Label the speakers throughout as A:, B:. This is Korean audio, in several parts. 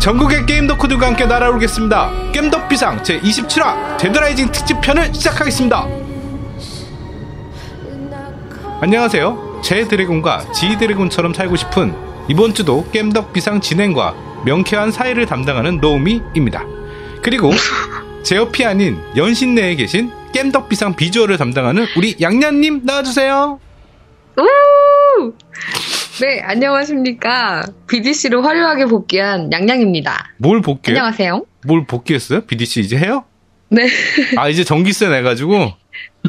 A: 전국의 게임 덕후들과 함께 날아오르겠습니다. 겜덕 비상 제 27화 데드라이징 특집 편을 시작하겠습니다. 안녕하세요. 제 드래곤과 지 드래곤처럼 살고 싶은 이번 주도 겜덕 비상 진행과 명쾌한 사회를 담당하는 노우미입니다. 그리고 제 옆이 아닌 연신 내에 계신 겜덕 비상 비주얼을 담당하는 우리 양양님 나와주세요.
B: 우! 네, 안녕하십니까. BDC로 화려하게 복귀한 양양입니다.
A: 뭘 복귀?
B: 안녕하세요.
A: 뭘 복귀했어요? BDC 이제 해요?
B: 네,
A: 아 이제 전기세 내가지고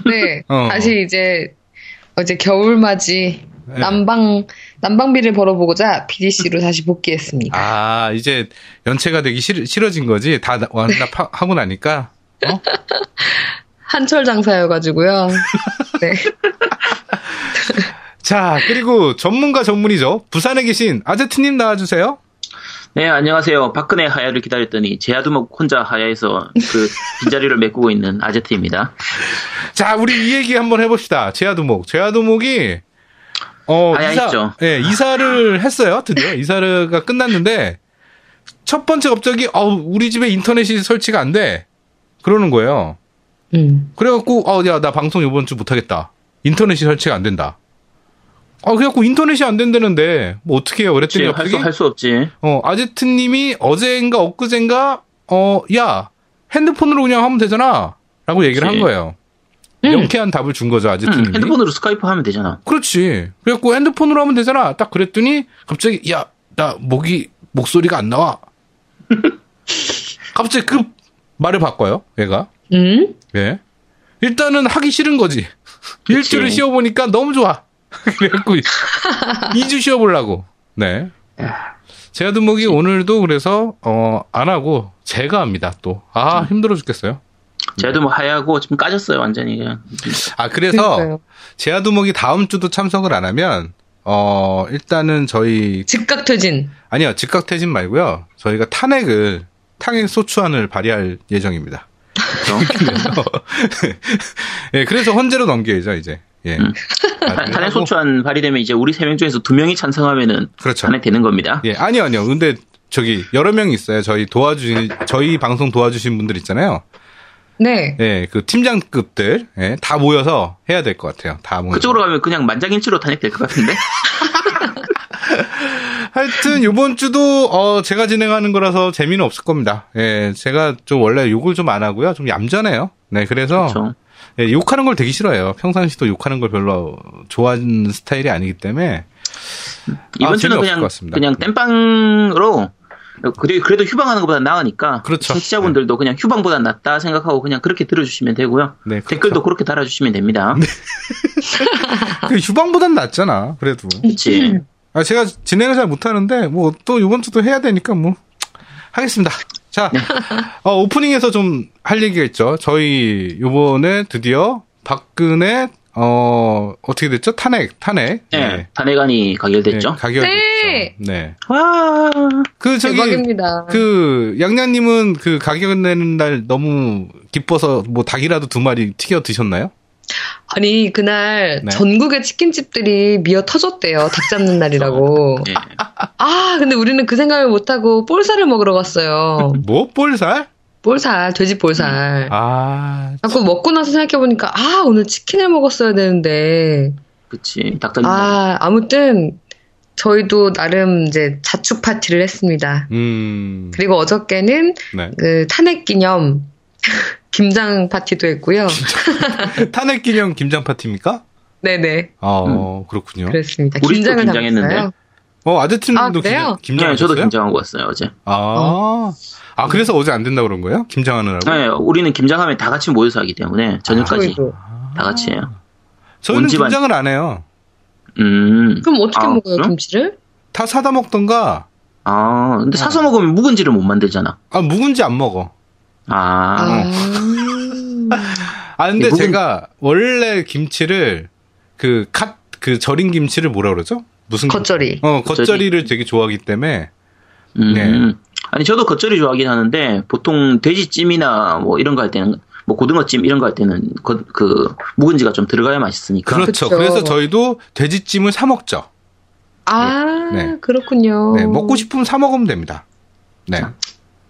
B: 네.
A: 어.
B: 다시 이제 어제 겨울맞이
A: 네.
B: 난방, 난방비를 벌어보고자 BDC로 다시 복귀했습니다.
A: 아 이제 연체가 되기 싫, 싫어진 거지 다 나- 완납하고 나니까 어?
B: 한철 장사여가지고요. 네.
A: 자 그리고 전문가 전문이죠 부산에 계신 아제트님 나와주세요
C: 네, 안녕하세요. 박근혜 하야를 기다렸더니 제아두목 혼자 하야에서 그 빈자리를 메꾸고 있는 아제트입니다.
A: 자 우리 이 얘기 한번 해봅시다 제아도목 제아도목이 어
C: 아야
A: 이사
C: 있죠.
A: 예 이사를 했어요 드디어 이사가 끝났는데 첫 번째 갑자기 어 우리 집에 인터넷이 설치가 안 돼 그러는 거예요
B: 음.
A: 그래갖고 어 야 나 방송 이번 주 못하겠다 인터넷이 설치가 안 된다 아 그래갖고 인터넷이 안 된다는데 뭐 어떻게 해요
C: 혹시
A: 그랬더니
C: 할
A: 갑자기
C: 수, 할 수 없지. 음,
A: 어 아제트님이 어제인가 엊그젠가 어 야 핸드폰으로 그냥 하면 되잖아 라고 얘기를
C: 그치.
A: 한 거예요
B: 음.
A: 명쾌한 답을 준 거죠
C: 응,
A: 아제트님이
C: 핸드폰으로 스카이프 하면 되잖아.
A: 그렇지 그래갖고 핸드폰으로 하면 되잖아 딱 그랬더니 갑자기 야 나 목이 목소리가 안 나와 갑자기 그 말을 바꿔요 얘가
B: 음?
A: 예. 일단은 하기 싫은 거지. 일주를 쉬어보니까 너무 좋아. 그래갖고 2주 쉬어보려고. 네. 제가 등목이 오늘도 그래서 어, 안 하고 제가 합니다 또.
C: 음.
A: 아 힘들어 죽겠어요.
C: 제아두목 하야고 지금 까졌어요, 완전히. 그냥.
A: 아 그래서
B: 그러니까요.
A: 제아 두목이 다음 주도 참석을 안 하면 어 일단은 저희
B: 즉각 퇴진.
A: 아니요 즉각 퇴진 말고요 저희가 탄핵을 탄핵 소추안을 발의할 예정입니다.
C: 그래서
A: 그래서 예, 그래서 헌재로 넘겨야죠, 이제. 예.
C: 음.
A: 발의를
C: 탄핵
A: 하고.
C: 소추안 발의되면 이제 우리 세 명 중에서 두 명이 찬성하면은
A: 그렇죠.
C: 탄핵되는 겁니다.
A: 예, 아니요, 아니요. 근데 저기 여러 명이 있어요. 저희 도와주신 저희 방송 도와주신 분들 있잖아요.
B: 네.
A: 예, 그 팀장급들 예, 다 모여서 해야 될 것 같아요. 다 모여.
C: 그쪽으로 가면 그냥 만장일치로 탄핵될 것 같은데?
A: 하여튼 요번 주도 어 제가 진행하는 거라서 재미는 없을 겁니다. 예, 제가 좀 원래 욕을 좀 안 하고요. 좀 얌전해요. 네, 그래서
C: 그렇죠.
A: 예, 욕하는 걸 되게 싫어해요. 평상시도 욕하는 걸 별로 좋아하는 스타일이 아니기 때문에
C: 이번
A: 아,
C: 주는
A: 재미없을 것
C: 그냥,
A: 같습니다. 네.
C: 그냥 땜빵으로 그래- 그래도 휴방하는 것보다 나으니까
A: 그렇죠.
C: 청취자분들도 그냥 휴방보다 낫다 생각하고 그냥 그렇게 들어주시면 되고요.
A: 네, 그렇죠. 네.
C: 댓글도 그렇게 달아주시면 됩니다.
A: 그 휴방보단 낫잖아. 그래도.
C: 그렇지.
A: 아, 제가 진행을 잘 못하는데, 뭐, 또 이번 주도 해야 되니까, 뭐, 하겠습니다. 자, 어, 오프닝에서 좀 할 얘기가 있죠. 저희, 요번에 드디어 박근혜, 어, 어떻게 됐죠? 탄핵, 탄핵.
C: 네. 탄핵안이 가결됐죠.
A: 가결됐죠.
B: 네.
A: 네.
C: 와.
A: 그, 저기,
B: 대박입니다.
A: 그, 양양님은 그 가격 내는 날 너무 기뻐서 뭐 닭이라도 두 마리 튀겨 드셨나요?
B: 아니, 그날
A: 네.
B: 전국의 치킨집들이 미어 터졌대요. 닭 잡는 날이라고.
C: 네.
B: 아, 근데 우리는 그 생각을 못하고 볼살을 먹으러 갔어요.
A: 뭐? 볼살?
B: 볼살, 돼지
C: 음.
B: 볼살.
A: 아,
B: 자꾸 먹고 나서 생각해보니까, 아, 오늘 치킨을 먹었어야 되는데.
C: 그치. 닭다리.
B: 아, 아무튼, 저희도 나름 이제 자축 파티를 했습니다.
A: 음,
B: 그리고 어저께는
A: 네.
B: 그 탄핵 기념 김장 파티도 했고요. 네.
A: 탄핵 기념 김장 파티입니까?
B: 네네,
A: 어, 그렇군요.
B: 음. 그랬습니다.
C: 우리 또
B: 김장을
C: 긴장했는데.
B: 당했어요.
A: 어, 아제트님도
B: 아, 그래요?
A: 김, 장
C: 네, 저도 김장하고 왔어요, 어제.
A: 아, 아, 그래서 어제 안 된다 그런 거예요? 김장하느라고?
C: 네, 우리는 김장하면 다 같이 모여서 하기 때문에 저녁까지
B: 저희도.
C: 다 같이 해요.
A: 저희는
C: 온 집안-
A: 김장을 안 해요.
C: 음.
B: 그럼 어떻게
C: 아,
B: 먹어요,
C: 그래요?
B: 김치를?
A: 다 사다 먹던가,
C: 아, 근데 사서 먹으면 묵은지를 못 만들잖아.
A: 아, 묵은지 안 먹어.
C: 아,
B: 아.
A: 아, 근데
C: 예, 묵은-
A: 제가 원래 김치를 그 갓, 그 절인 김치를 뭐라 그러죠? 무슨. 김-
B: 겉절이.
A: 어,
C: 겉절이.
A: 겉절이를 되게 좋아하기 때문에.
C: 음.
A: 네.
C: 아니, 저도 겉절이 좋아하긴 하는데, 보통 돼지찜이나 뭐 이런 거 할 때는, 뭐 고등어찜 이런 거 할 때는 그, 그 묵은지가 좀 들어가야 맛있으니까.
A: 그렇죠.
B: 그쵸.
A: 그래서 저희도 돼지찜을 사 먹죠.
B: 아,
A: 네.
B: 그렇군요.
A: 네, 먹고 싶으면 사 먹으면 됩니다. 네.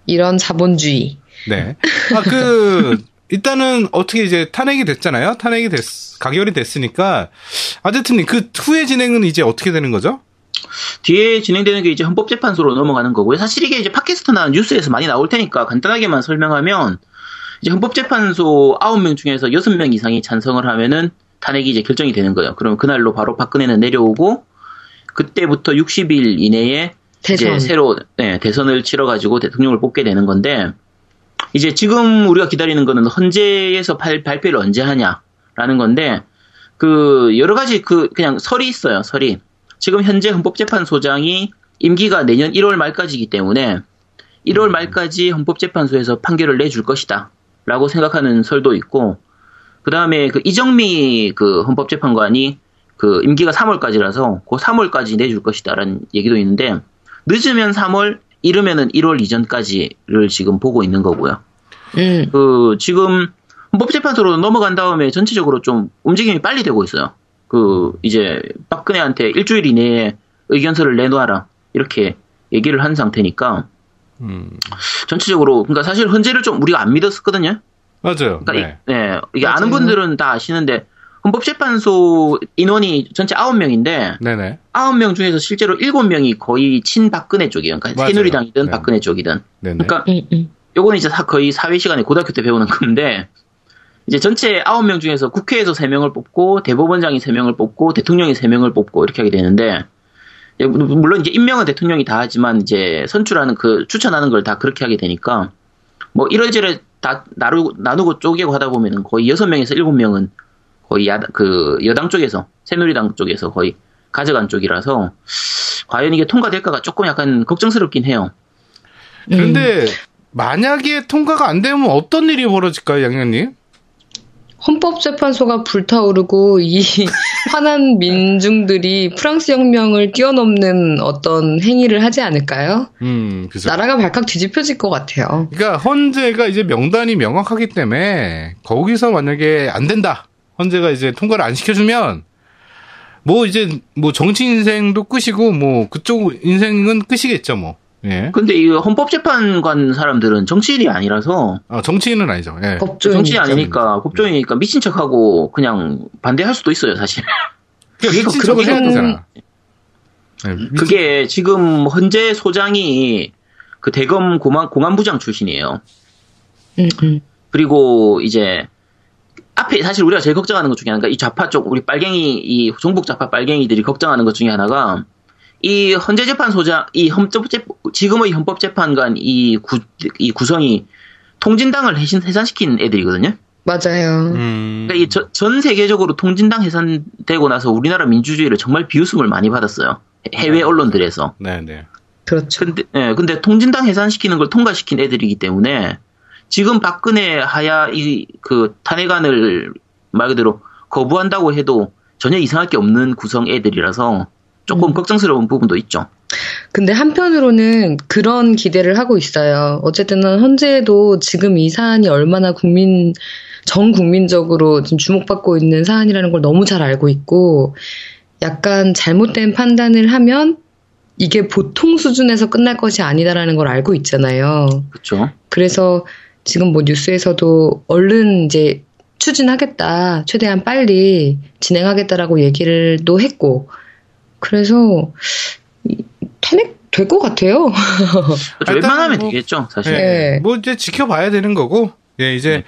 B: 이런 자본주의.
A: 네. 아, 그, 일단은 어떻게 이제 탄핵이 됐잖아요? 탄핵이 됐, 가결이 됐으니까. 아제트님, 그 후의 진행은 이제 어떻게 되는 거죠?
C: 뒤에 진행되는 게 이제 헌법재판소로 넘어가는 거고요. 사실 이게 이제 팟캐스트나 뉴스에서 많이 나올 테니까 간단하게만 설명하면 이제 헌법재판소 9명 중에서 6명 이상이 찬성을 하면은 탄핵이 이제 결정이 되는 거예요. 그럼 그날로 바로 박근혜는 내려오고 그때부터 60일 이내에
B: 대선.
C: 이제 새로 네, 대선을 치러가지고 대통령을 뽑게 되는 건데 이제 지금 우리가 기다리는 거는 헌재에서 발, 발표를 언제 하냐라는 건데 그 여러 가지 그 그냥 설이 있어요 설이 지금 현재 헌법재판소장이 임기가 내년 1월 말까지이기 때문에
B: 음.
C: 1월 말까지 헌법재판소에서 판결을 내줄 것이다라고 생각하는 설도 있고 그 다음에 그 이정미 그 헌법재판관이 그 임기가 3월까지라서 그 3월까지 내줄 것이다라는 얘기도 있는데 늦으면 3월, 이르면은 1월 이전까지를 지금 보고 있는 거고요.
B: 음.
C: 그 지금 헌법재판소로 넘어간 다음에 전체적으로 좀 움직임이 빨리 되고 있어요. 그 이제 박근혜한테 일주일 이내에 의견서를 내놓아라 이렇게 얘기를 한 상태니까
A: 음.
C: 전체적으로 그러니까 사실 헌재를 좀 우리가 안 믿었었거든요.
A: 맞아요.
C: 그러니까
A: 네.
C: 이, 네, 이게
B: 맞아요.
C: 아는 분들은 다 아시는데 헌법재판소 인원이 전체 9명인데
A: 네네.
C: 9명 중에서 실제로 7명이 거의 친박근혜 쪽이에요. 그러니까
A: 맞아요.
C: 새누리당이든
A: 네.
C: 박근혜 쪽이든.
A: 네네.
C: 그러니까
B: 음, 음.
C: 요거는 이제 사- 거의 사회 시간에 고등학교 때 배우는 건데 이제 전체 9명 중에서 국회에서 3명을 뽑고 대법원장이 3명을 뽑고 대통령이 3명을 뽑고 이렇게 하게 되는데 예, 물- 물론 이제 임명은 대통령이 다 하지만 이제 선출하는 그 추천하는 걸 다 그렇게 하게 되니까 뭐 이러저러 다 나누, 나누고 쪼개고 하다 보면은 거의 6명에서 7명은 거의 야, 그 여당 쪽에서 새누리당 쪽에서 거의 가져간 쪽이라서 과연 이게 통과될까가 조금 약간 걱정스럽긴 해요.
A: 그런데
C: 음.
A: 만약에 통과가 안 되면 어떤 일이 벌어질까요, 양양님?
B: 헌법재판소가 불타오르고 이 화난 민중들이 프랑스 혁명을 뛰어넘는 어떤 행위를 하지 않을까요?
A: 음, 그죠.
B: 나라가 발칵 뒤집혀질 것 같아요.
A: 그러니까 헌재가 이제 명단이 명확하기 때문에 거기서 만약에 안 된다. 헌재가 이제 통과를 안 시켜주면 뭐 이제 뭐 정치 인생도 끝이고 뭐 그쪽 인생은 끝이겠죠 뭐. 예.
C: 네? 근데 이 헌법재판관 사람들은 정치인이 아니라서
A: 아 정치인은 아니죠. 예.
C: 어,
B: 법조인.
C: 네. 정치인이 아니니까 법조인이니까 미친 척하고 그냥 반대할 수도 있어요 사실.
A: 그러니까 미친
C: 그게
A: 척을 해야
B: 그렇게
A: 되잖아. 예,
C: 음.
A: 미친-
C: 그게 지금 헌재 소장이 그 대검 공안, 공안부장 출신이에요.
B: 음, 음.
C: 그리고 이제 앞에 사실 우리가 제일 걱정하는 것 중에 하나가 이 좌파 쪽 우리 빨갱이 이 종북 좌파 빨갱이들이 걱정하는 것 중에 하나가 이 헌재 재판 소장 이 헌법재 지금의 헌법 재판관 이 구 이 구성이 통진당을 해신- 해산시킨 애들이거든요.
B: 맞아요.
A: 음.
C: 그러니까 이 저- 전 세계적으로 통진당 해산되고 나서 우리나라 민주주의를 정말 비웃음을 많이 받았어요. 해-
B: 네.
C: 해외 언론들에서.
A: 네네.
B: 그렇죠.
C: 근데, 예, 근데 통진당 해산시키는 걸 통과시킨 애들이기 때문에 지금 박근혜 하야 이 그 탄핵안을 말 그대로 거부한다고 해도 전혀 이상할 게 없는 구성 애들이라서
B: 음.
C: 조금 걱정스러운 부분도 있죠.
B: 근데 한편으로는 그런 기대를 하고 있어요. 어쨌든 현재도 지금 이 사안이 얼마나 국민, 전 국민적으로 지금 주목받고 있는 사안이라는 걸 너무 잘 알고 있고, 약간 잘못된 판단을 하면 이게 보통 수준에서 끝날 것이 아니다라는 걸 알고 있잖아요.
C: 그렇죠.
B: 그래서 지금 뭐 뉴스에서도 얼른 이제 추진하겠다, 최대한 빨리 진행하겠다라고 얘기를 또 했고, 그래서 이- 탄핵 될 것 같아요.
C: 그렇죠.
A: 일단은
C: 웬만하면
A: 뭐-
C: 되겠죠, 사실.
A: 예.
B: 네.
A: 뭐 이제 지켜봐야 되는 거고. 예, 이제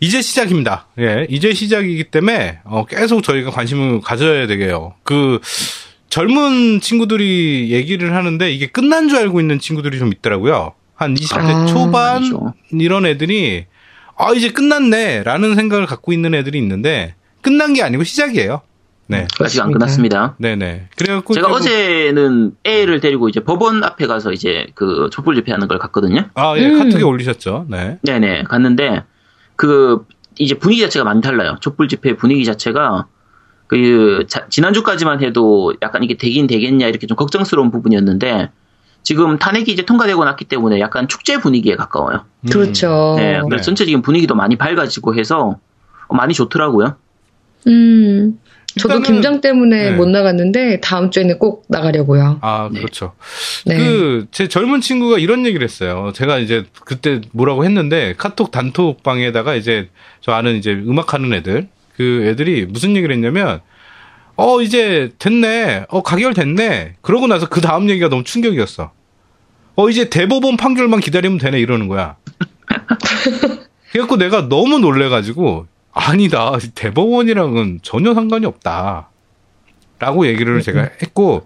A: 이제 시작입니다. 예, 이제 시작이기 때문에 어, 계속 저희가 관심을 가져야 되게요. 그 젊은 친구들이 얘기를 하는데 이게 끝난 줄 알고 있는 친구들이 좀 있더라고요. 한 20대
B: 아,
A: 초반
C: 아니죠.
A: 이런 애들이 아 이제 끝났네라는 생각을 갖고 있는 애들이 있는데 끝난 게 아니고 시작이에요. 네,
C: 아직 안
B: 그렇습니다.
C: 끝났습니다.
A: 네, 네. 그래갖고
C: 제가
A: 결국-
C: 어제는 애를 데리고 이제 법원 앞에 가서 이제 그 촛불 집회하는 걸 갔거든요.
A: 아, 예,
B: 음.
A: 카톡에 올리셨죠. 네,
C: 네네 갔는데 그 이제 분위기 자체가 많이 달라요. 촛불 집회 분위기 자체가 그 자- 지난주까지만 해도 약간 이게 되긴 되겠냐 이렇게 좀 걱정스러운 부분이었는데 지금 탄핵이 이제 통과되고 났기 때문에 약간 축제 분위기에 가까워요.
A: 음.
B: 그렇죠.
C: 네, 그래서
A: 네.
C: 전체적인 분위기도 많이 밝아지고 해서 많이 좋더라고요.
B: 음, 저도
A: 일단은-
B: 김장 때문에
A: 네.
B: 못 나갔는데 다음 주에는 꼭 나가려고요.
A: 아,
C: 네.
A: 그렇죠.
B: 네.
A: 그 제 젊은 친구가 이런 얘기를 했어요. 제가 이제 그때 뭐라고 했는데 카톡 단톡방에다가 이제 저 아는 이제 음악하는 애들 그 애들이 무슨 얘기를 했냐면 어 이제 됐네 어 가결 됐네 그러고 나서 그 다음 얘기가 너무 충격이었어. 어 이제 대법원 판결만 기다리면 되네 이러는 거야. 그래갖고 내가 너무 놀래가지고 아니다 대법원이랑은 전혀 상관이 없다. 라고 얘기를
B: 음,
A: 제가 했고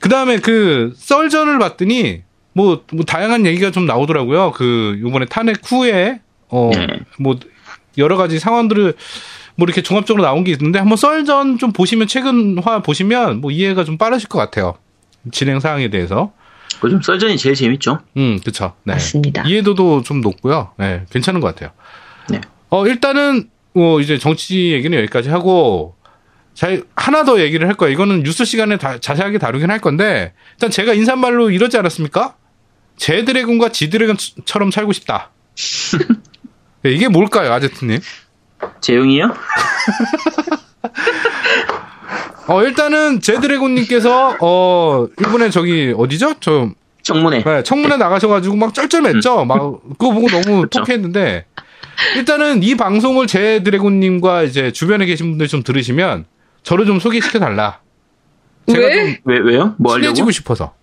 A: 그 다음에 그 썰전을 봤더니 뭐, 뭐 다양한 얘기가 좀 나오더라고요. 그 요번에 탄핵 후에 어
C: 네.
A: 뭐 여러 가지 상황들을 뭐 이렇게 종합적으로 나온 게 있는데 한번 썰전 좀 보시면 최근화 보시면 뭐 이해가 좀 빠르실 것 같아요. 진행 사항에 대해서.
C: 요즘 그 썰전이 제일 재밌죠.
A: 음, 그쵸. 네.
B: 맞습니다.
A: 이해도도 좀 높고요. 네, 괜찮은 것 같아요.
C: 네.
A: 어, 일단은 뭐 이제 정치 얘기는 여기까지 하고 자, 하나 더 얘기를 할 거예요. 이거는 뉴스 시간에 다- 자세하게 다루긴 할 건데 일단 제가 인사말로 이러지 않았습니까? 제 드래곤과 지 드래곤처럼 살고 싶다. 네, 이게 뭘까요, 아제트님?
C: 재용이요?
A: 어, 일단은 제 드래곤님께서 어 일본에 저기 어디죠? 저
C: 청문회.
A: 네, 청문회 나가셔가지고 막 쩔쩔맸죠. 막 그거 보고 너무
C: 음. 그렇죠.
A: 톡했는데 일단은 이 방송을 제 드래곤님과 이제 주변에 계신 분들 좀 들으시면 저를 좀 소개시켜 달라. 제가
B: 왜?
A: 좀
C: 왜 왜요? 뭐 하려고?
A: 친해지고 싶어서.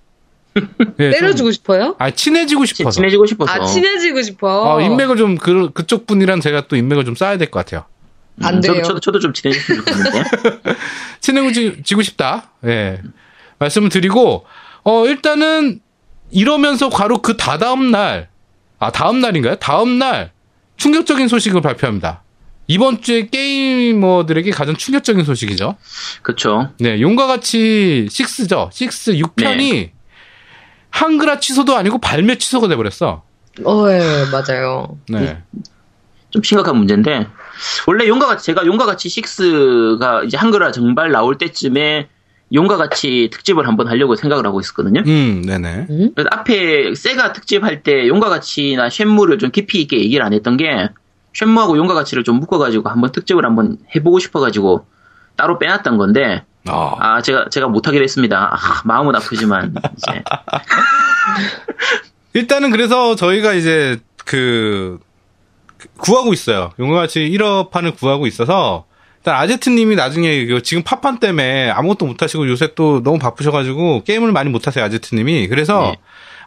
A: 예, 좀-
B: 때려주고 싶어요?
A: 아 친해지고
C: 친-
A: 싶어서.
C: 친해지고 싶어서.
B: 아, 친해지고 싶어.
A: 어, 인맥을 좀 그, 그쪽 분이랑 제가 또 인맥을 좀 쌓아야 될 것 같아요.
C: 음,
B: 안 돼요.
C: 저도 저도 저도 좀 친해지고 싶었는데.
A: 친해지고 싶다. 예. 말씀을 드리고, 어, 일단은 이러면서 바로 그 다다음 날, 아, 다음 날인가요? 다음 날, 충격적인 소식을 발표합니다. 이번 주에 게이머들에게 가장 충격적인 소식이죠.
C: 그렇죠.
A: 네, 용과 같이 6죠. 6, 6편이 한글화 취소도 아니고 발매 취소가 돼버렸어.
B: 어, 예, 맞아요.
A: 네.
C: 좀 심각한 문제인데 원래 용과 같이 제가 용과 같이 6가 이제 한글화 정발 나올 때쯤에 용과 같이 특집을 한번 하려고 생각을 하고 있었거든요.
A: 음, 네네.
C: 그래서 앞에 세가 특집 할 때 용과 같이나 쉔무를 좀 깊이 있게 얘기를 안 했던 게 쉔무하고 용과 같이를 좀 묶어가지고 한번 특집을 한번 해보고 싶어가지고 따로 빼놨던 건데
A: 어.
C: 아 제가 제가 못하기로 했습니다. 아, 마음은 아프지만 이제
A: 일단은 그래서 저희가 이제 그 구하고 있어요. 용어같이 1화판을 구하고 있어서 일단 아제트님이 나중에 그 지금 팝판 때문에 아무것도 못하시고 요새 또 너무 바쁘셔가지고 게임을 많이 못하세요 아제트님이. 그래서
C: 네.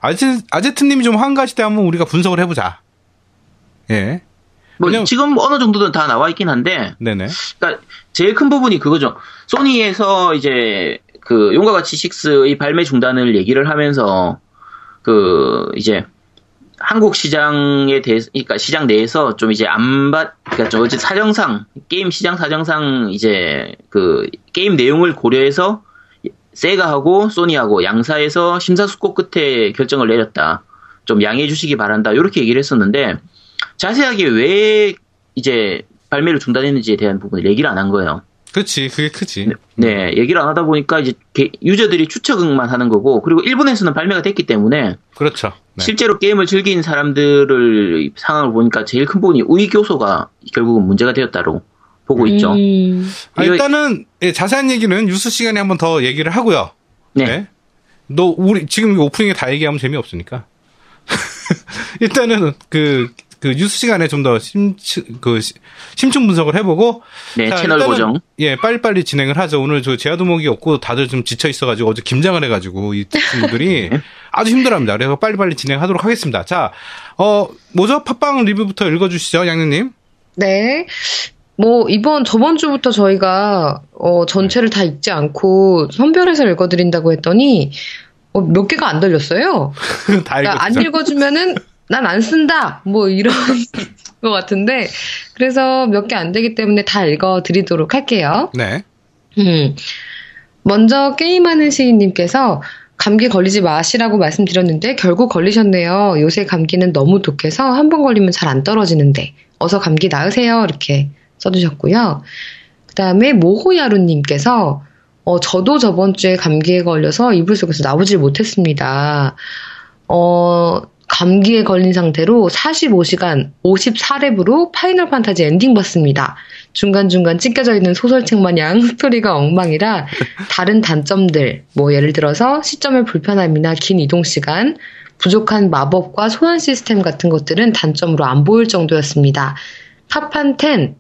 A: 아제 아제트님이 좀 한가시 때 한번 우리가 분석을 해보자. 예,
C: 뭐
A: 그냥-
C: 지금 어느 정도는 다 나와 있긴 한데
A: 네네.
C: 그러니까 제일 큰 부분이 그거죠. 소니에서 이제 그 용과 같이 6의 발매 중단을 얘기를 하면서 그 이제 한국 시장에 대해서 그러니까 시장 내에서 좀 이제 안받 그러니까 저 어제 사정상 게임 시장 사정상 이제 그 게임 내용을 고려해서 세가하고 소니하고 양사에서 심사숙고 끝에 결정을 내렸다. 좀 양해해 주시기 바란다. 이렇게 얘기를 했었는데 자세하게 왜 이제 발매를 중단했는지에 대한 부분을 얘기를 안 한 거예요.
A: 그렇지, 그게 크지.
C: 네, 얘기를 안 하다 보니까 이제 게- 유저들이 추측만 하는 거고, 그리고 일본에서는 발매가 됐기 때문에
A: 그렇죠. 네.
C: 실제로 게임을 즐긴 사람들을 상황을 보니까 제일 큰 부분이 의교소가 결국은 문제가 되었다고 보고 있죠. 네,
B: 음,
A: 아,
C: 이거-
A: 일단은 예, 자세한 얘기는 뉴스 시간에 한번 더 얘기를 하고요.
C: 네.
A: 너 우리 지금 이거 오프닝에 다 얘기하면 재미없으니까. 일단은 그, 그 뉴스 시간에 좀 더 심층 그 시- 심층 분석을 해보고
C: 네,
A: 자,
C: 채널
A: 일단은,
C: 고정.
A: 예 빨리빨리 진행을 하죠 오늘 저 제아도목이 없고 다들 좀 지쳐 있어가지고 어제 김장을 해가지고 이 친구들이
C: 네.
A: 아주 힘들합니다 그래서 빨리빨리 진행하도록 하겠습니다 자어 뭐죠 팟빵 리뷰부터 읽어주시죠 양현님
B: 네. 뭐, 이번, 저번 주부터 저희가, 어, 전체를 다 읽지 않고 선별해서 읽어드린다고 했더니, 어, 몇 개가 안 달렸어요.
A: 다
B: 그러니까 안
A: 읽어주세요
B: 읽어주면은 난 안 쓴다 뭐 이런 것 같은데 그래서 몇 개 안 되기 때문에 다 읽어드리도록 할게요.
A: 네
B: 음. 먼저 게임하는 시인님께서 감기 걸리지 마시라고 말씀드렸는데 결국 걸리셨네요. 요새 감기는 너무 독해서 한 번 걸리면 잘 안 떨어지는데 어서 감기 나으세요 이렇게 써주셨고요. 그 다음에 모호야루님께서 어, 저도 저번 주에 감기에 걸려서 이불 속에서 나오질 못했습니다. 어, 감기에 걸린 상태로 45시간 54렙으로 파이널 판타지 엔딩 봤습니다. 중간중간 찢겨져 있는 소설책 마냥 스토리가 엉망이라 다른 단점들, 뭐 예를 들어서 시점의 불편함이나 긴 이동 시간, 부족한 마법과 소환 시스템 같은 것들은 단점으로 안 보일 정도였습니다. 파판 10,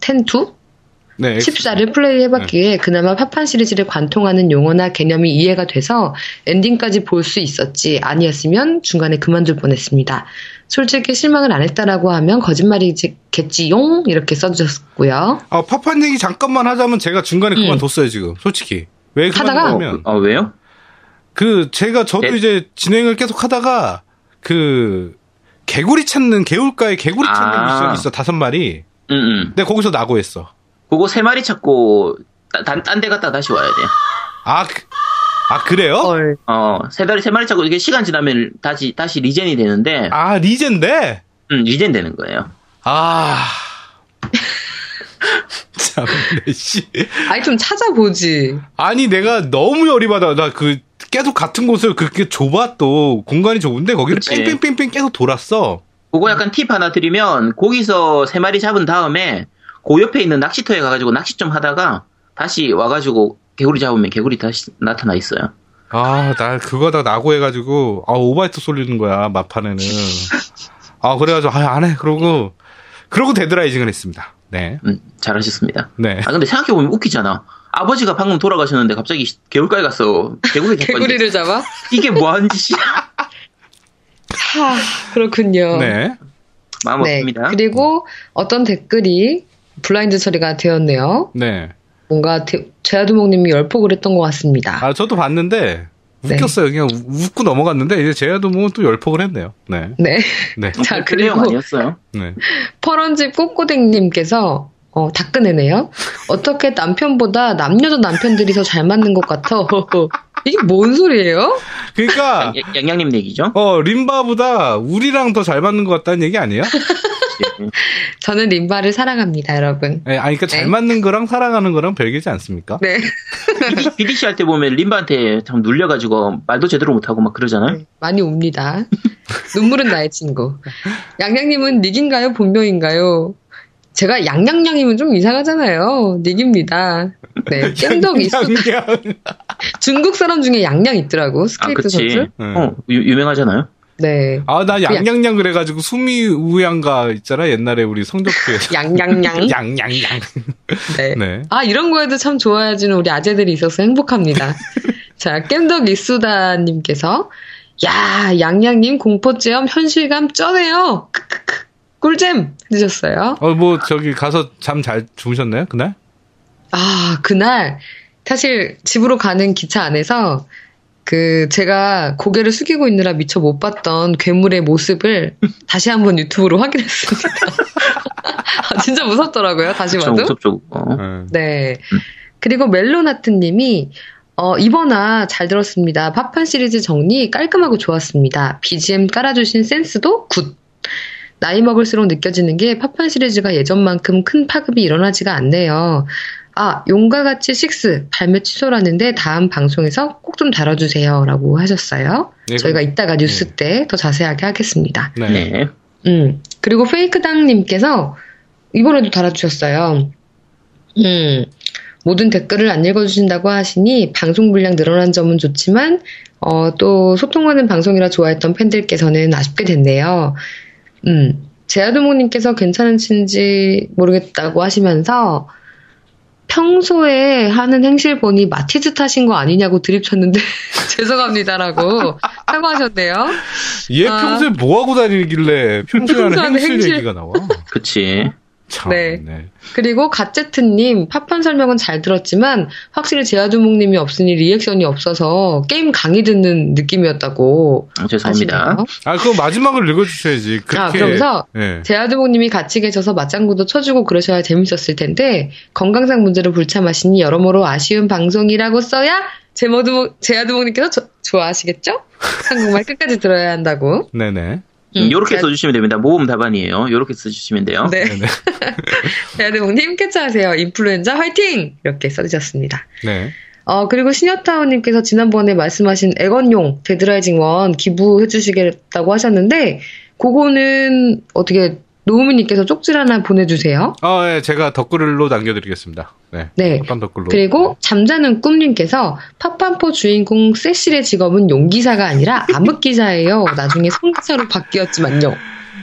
B: 10-2?
A: 네, 엑스-
B: 14를 플레이 해봤기에 그나마 파판 시리즈를 관통하는 용어나 개념이 이해가 돼서 엔딩까지 볼 수 있었지 아니었으면 중간에 그만둘 뻔했습니다. 솔직히 실망을 안 했다라고 하면 거짓말이겠지용 이렇게 써주셨고요.
A: 아, 파판 얘기 잠깐만 하자면 제가 중간에
B: 음.
A: 그만뒀어요, 지금. 솔직히. 왜
B: 하다가?
A: 그만뒀냐면,
C: 어, 왜요?
A: 그, 제가 저도
C: 네.
A: 이제 진행을 계속 하다가, 그, 개구리 찾는, 개울가에 개구리 찾는
C: 아.
A: 미션이 있어, 다섯 마리.
C: 음, 음.
A: 근데 거기서 나고했어.
C: 그거 세 마리 찾고, 딴, 딴 데 갔다 다시 와야 돼.
A: 아, 그, 아, 그래요?
B: 헐.
C: 어, 세 마리, 세 마리 찾고, 이게 시간 지나면 다시, 다시 리젠이 되는데,
A: 아, 리젠데?
C: 음, 리젠 되는 거예요.
A: 아. 참, 씨.
B: 아니 좀 찾아보지.
A: 아니, 내가 너무 열이 받아. 나 그, 계속 같은 곳을 그렇게 좁아 또 공간이 좁은데 거기를
C: 그치.
A: 뺑뺑뺑뺑 계속 돌았어.
C: 그거 약간 팁 하나 드리면, 거기서 세 마리 잡은 다음에, 그 옆에 있는 낚시터에 가가지고 낚시 좀 하다가, 다시 와가지고, 개구리 잡으면 개구리 다시 나타나 있어요.
A: 아, 나 그거다 나고 해가지고, 아, 오바이트 쏠리는 거야, 막판에는. 아, 그래가지고, 아, 안 해. 그러고, 그러고 데드라이징을 했습니다. 네.
C: 음, 잘하셨습니다.
A: 네.
C: 아, 근데 생각해보면 웃기잖아. 아버지가 방금 돌아가셨는데 갑자기 개울가에 가서 개구리 잡고 있는데
B: 개구리를 잡아?
C: 이게 뭐하는 짓이야?
B: 하, 그렇군요.
A: 네.
C: 마음
B: 네.
C: 없습니다.
B: 그리고 어떤 댓글이 블라인드 처리가 되었네요.
A: 네.
B: 뭔가 제아두목님이 열폭을 했던 것 같습니다.
A: 아, 저도 봤는데,
B: 네.
A: 웃겼어요. 그냥 우- 웃고 넘어갔는데, 이제 제야도 뭐 또 열폭을 했네요. 네.
B: 네.
A: 네.
C: 음,
B: 자,
C: 그 내용
B: 그리고-
C: 아니었어요.
A: 네.
B: 퍼런집 꼬꼬댕님께서 어, 다끄내네요. 어떻게 남편보다 남녀도 남편들이 더 잘 맞는 것 같아. 이게 뭔 소리예요?
A: 그러니까,
C: 양- 양양님 얘기죠?
A: 어, 림바보다 우리랑 더 잘 맞는 것 같다는 얘기 아니에요?
B: 저는 림바를 사랑합니다, 여러분.
A: 예, 아니, 그러니까 잘
B: 네.
A: 맞는 거랑 사랑하는 거랑 별개지 않습니까?
B: 네.
C: BDC 할 때 보면 림바한테 참 눌려가지고 말도 제대로 못하고 막 그러잖아요.
B: 많이 웁니다. 눈물은 나의 친구. 양양님은 닉인가요? 본명인가요? 제가 양양양이면 좀 이상하잖아요. 닉입니다. 네. 깸덕 이수
A: 양양.
B: 중국 사람 중에 양양 있더라고.
C: 아,
B: 스케이트
C: 그치.
B: 선수.
A: 네.
C: 어, 유, 명하잖아요
B: 네.
A: 아, 나 양양양 그래가지고 수미우양가 있잖아. 옛날에 우리 성적표에서.
B: 양양양.
A: 양양양.
B: 네.
A: 네.
B: 아, 이런 거에도 참 좋아해주는 우리 아재들이 있어서 행복합니다. 자, 깸덕 이수다님께서, 야, 양양님 공포체험 현실감 쩌네요. 크크크. 꿀잼! 해주셨어요.
A: 어, 뭐, 저기 가서 잠 잘 주무셨나요? 그날?
B: 아, 그날, 사실 집으로 가는 기차 안에서, 그, 제가 고개를 숙이고 있느라 미처 못 봤던 괴물의 모습을 다시 한번 유튜브로 확인했습니다. 아, 진짜 무섭더라고요, 다시
C: 저
B: 봐도.
C: 무섭죠. 어.
A: 네.
B: 네.
C: 음.
B: 그리고 멜로나트님이 어, 이번화 잘 들었습니다. 파판 시리즈 정리 깔끔하고 좋았습니다. BGM 깔아주신 센스도 굿. 나이 먹을수록 느껴지는 게 파판 시리즈가 예전만큼 큰 파급이 일어나지가 않네요. 아, 용과 같이 6 발매 취소라는데 다음 방송에서 꼭 좀 다뤄주세요. 라고 하셨어요.
A: 네,
B: 저희가 이따가
A: 네.
B: 뉴스 때 더 자세하게 하겠습니다.
A: 네.
C: 네.
B: 음. 그리고 페이크당님께서 이번에도 달아주셨어요. 음. 모든 댓글을 안 읽어주신다고 하시니 방송 분량 늘어난 점은 좋지만 어, 또 소통하는 방송이라 좋아했던 팬들께서는 아쉽게 됐네요. 음. 제아두목님께서 괜찮으신지 모르겠다고 하시면서 평소에 하는 행실 보니 마티즈 타신 거 아니냐고 드립쳤는데 죄송합니다라고 사과하셨네요.
A: 얘
B: 아.
A: 평소에 뭐 하고 다니길래 평소에는
B: 평소에는
A: 행실
B: 행실.
A: 얘기가 나와.
C: 그치.
A: 참.
B: 네.
A: 네.
B: 그리고 갓제트님 팝판 설명은 잘 들었지만 확실히 제아두목님이 없으니 리액션이 없어서 게임 강의 듣는 느낌이었다고
C: 아, 죄송합니다.
B: 하시네요.
A: 아, 그거 마지막을 읽어주셔야지. 그렇게.
B: 아, 그러면서
A: 네.
B: 제아두목님이 같이 계셔서 맞장구도 쳐주고 그러셔야 재밌었을 텐데 건강상 문제로 불참하시니 여러모로 아쉬운 방송이라고 써야 제모두목 제아두목님께서 저- 좋아하시겠죠? 한국말 끝까지 들어야 한다고.
A: 네네.
B: 음,
C: 요렇게
B: 제아-
C: 써주시면 됩니다. 모음 답안이에요. 요렇게 써주시면 돼요.
B: 네.
A: 네네.
B: 제아두목님 캐치하세요. 인플루엔자 화이팅! 이렇게 써주셨습니다.
A: 네.
B: 어, 그리고 신여타운님께서 지난번에 말씀하신 애건용 데드라이징 원 기부해주시겠다고 하셨는데, 그거는 어떻게 노우미님께서 쪽지 하나 보내주세요.
A: 아, 예, 제가 댓글로 남겨드리겠습니다. 네.
B: 네.
A: 어떤 댓글로?
B: 그리고 잠자는 꿈님께서 팝판포 주인공 세실의 직업은 용기사가 아니라 암흑기사예요. 나중에 성기사로 바뀌었지만요.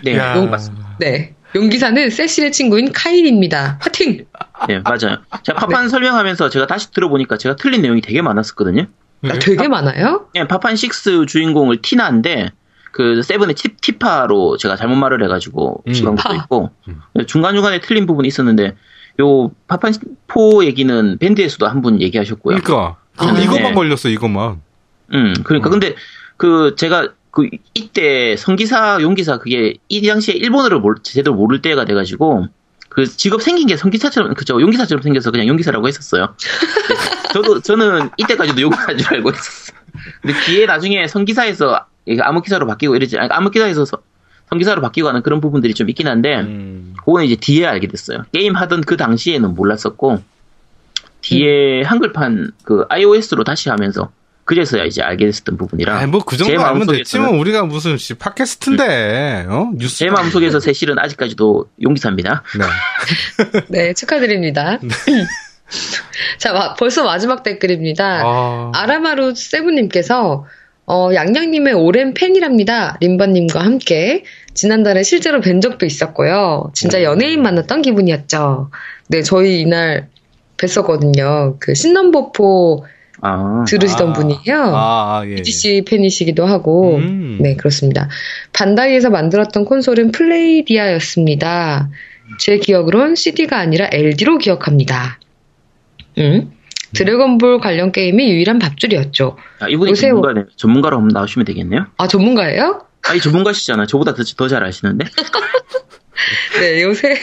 C: 네,
A: 야.
C: 그건 맞습니다.
B: 네. 용기사는 세실의 친구인 카일입니다. 파팅!
C: 네, 맞아요. 제가 파판 설명하면서 제가 다시 들어보니까 제가 틀린 내용이 되게 많았었거든요.
B: 아, 되게 많아요?
C: 예, 파판 6 주인공을 티나인데 그 세븐의 티, 티파로 제가 잘못 말을 해가지고
A: 음.
C: 지금 것도
B: 파.
C: 있고 예,
A: 음.
C: 중간 중간에 틀린 부분이 있었는데 요 파판 4 얘기는 밴드에서도 한 분 얘기하셨고요.
A: 그러니까.
B: 아,
A: 그거
B: 네.
A: 이것만 걸렸어, 이것만.
C: 음, 그러니까
A: 음.
C: 근데 그 제가 그 이때 성기사 용기사 그게 이 당시에 일본어를 몰- 제대로 모를 때가 돼가지고 그 직업 생긴 게 성기사처럼 그죠 용기사처럼 생겨서 그냥 용기사라고 했었어요. 네, 저도 저는 이때까지도 용기사인 줄 알고 있었어. 근데 뒤에 나중에 성기사에서 이게 암흑기사로 바뀌고 이러지 아니, 암흑기사에서 서- 성기사로 바뀌고 하는 그런 부분들이 좀 있긴
B: 음.
C: 한데
A: 음.
C: 그거는 이제 뒤에 알게 됐어요. 게임 하던 그 당시에는 몰랐었고, 뒤에
A: 음.
C: 한글판 그 iOS로 다시 하면서, 그제서야 이제 알게 됐었던 부분이라.
A: 아, 뭐그 정도
C: 제
A: 알면
C: 마음속에서는-
A: 됐지. 뭐 우리가 무슨 씨, 팟캐스트인데, 어? 뉴스.
C: 제 마음속에서 세실은 아직까지도 용기사입니다.
A: 네.
B: 네, 축하드립니다. 자, 마- 벌써 마지막 댓글입니다.
A: 아,
B: 아라마루 세븐님께서 어, 양양님의 오랜 팬이랍니다. 림바님과 함께 지난달에 실제로 뵌 적도 있었고요. 진짜
A: 음.
B: 연예인 만났던 기분이었죠. 네, 저희 이날 뵀었거든요. 그 신남버포
C: 아,
A: 음.
B: 들으시던
A: 아.
B: 분이에요.
A: 아, 아, 예. 예.
B: UGC 팬이시기도 하고
A: 음.
B: 네 그렇습니다. 반다이에서 만들었던 콘솔은 플레이디아였습니다. 제 기억으론 CD가 아니라 LD로 기억합니다. 음? 드래곤볼 관련 게임이 유일한 밥줄이었죠.
C: 아, 이분이
B: 요새-
C: 전문가네. 전문가로 한번 나오시면 되겠네요.
B: 아 전문가예요?
C: 아니, 전문가시잖아. 저보다 더 잘 아시는데?
B: 네 요새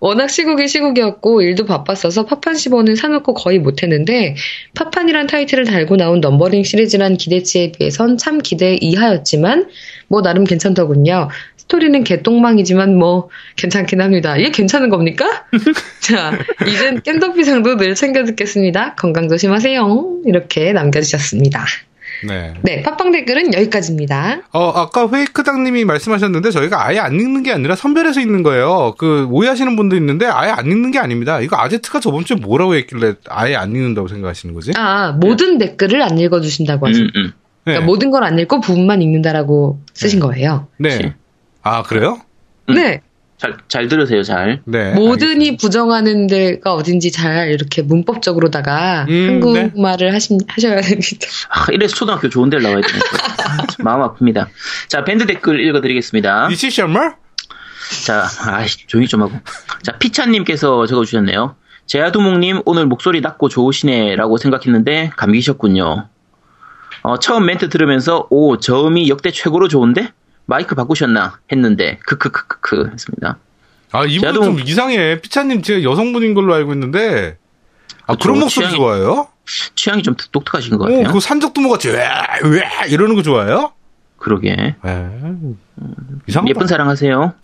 B: 워낙 시국이 시국이었고 일도 바빴어서 팝판 15는 사놓고 거의 못했는데 팝판이란 타이틀을 달고 나온 넘버링 시리즈란 기대치에 비해선 참 기대 이하였지만 뭐 나름 괜찮더군요. 스토리는 개똥망이지만 뭐 괜찮긴 합니다. 이게 괜찮은 겁니까? 자, 이젠 깸덕비상도 늘 챙겨 듣겠습니다. 건강 조심하세요. 이렇게 남겨주셨습니다.
A: 네.
B: 네, 팟빵 댓글은 여기까지입니다.
A: 어, 아까 회이크당님이 말씀하셨는데 저희가 아예 안 읽는 게 아니라 선별해서 읽는 거예요. 그 오해하시는 분도 있는데 아예 안 읽는 게 아닙니다. 이거 아제트가 저번 주에 뭐라고 했길래 아예 안 읽는다고 생각하시는 거지?
B: 아, 모든 댓글을 안 읽어주신다고 하셨
C: 음, 음.
A: 네.
B: 그러니까 모든 걸 안 읽고 부분만 읽는다라고 쓰신 거예요.
A: 네. 아 그래요?
C: 음.
B: 네,
C: 잘, 잘 들으세요, 잘.
A: 네.
B: 모든이 부정하는 데가 어딘지 잘 이렇게 문법적으로다가
A: 음,
B: 한국말을 하신, 하셔야 됩니다.
C: 아, 이래서 초등학교 좋은 데를 나와야 되는 거 마음 아픕니다. 자, 밴드 댓글 읽어드리겠습니다.
A: 이치 셔멀?
C: 자, 아이씨, 조용히 좀 하고. 자, 피차님께서 적어주셨네요. 제아두목님, 오늘 목소리 낮고 좋으시네라고 생각했는데, 감기셨군요. 어, 처음 멘트 들으면서, 오, 저음이 역대 최고로 좋은데? 마이크 바꾸셨나? 했는데, 크크크크크 했습니다.
A: 아 이분
C: 야동.
A: 좀 이상해. 피차님 제가 여성분인 걸로 알고 있는데 아
C: 그쵸,
A: 그런 목소리
C: 취향이-
A: 좋아해요?
C: 취향이 좀 독특하신 것
A: 오,
C: 같아요.
A: 그거 산적두모 같이 왜, 왜 이러는 거 좋아해요?
C: 그... 러게
A: 에이, 이상하다.
C: 예쁜 사랑하세요.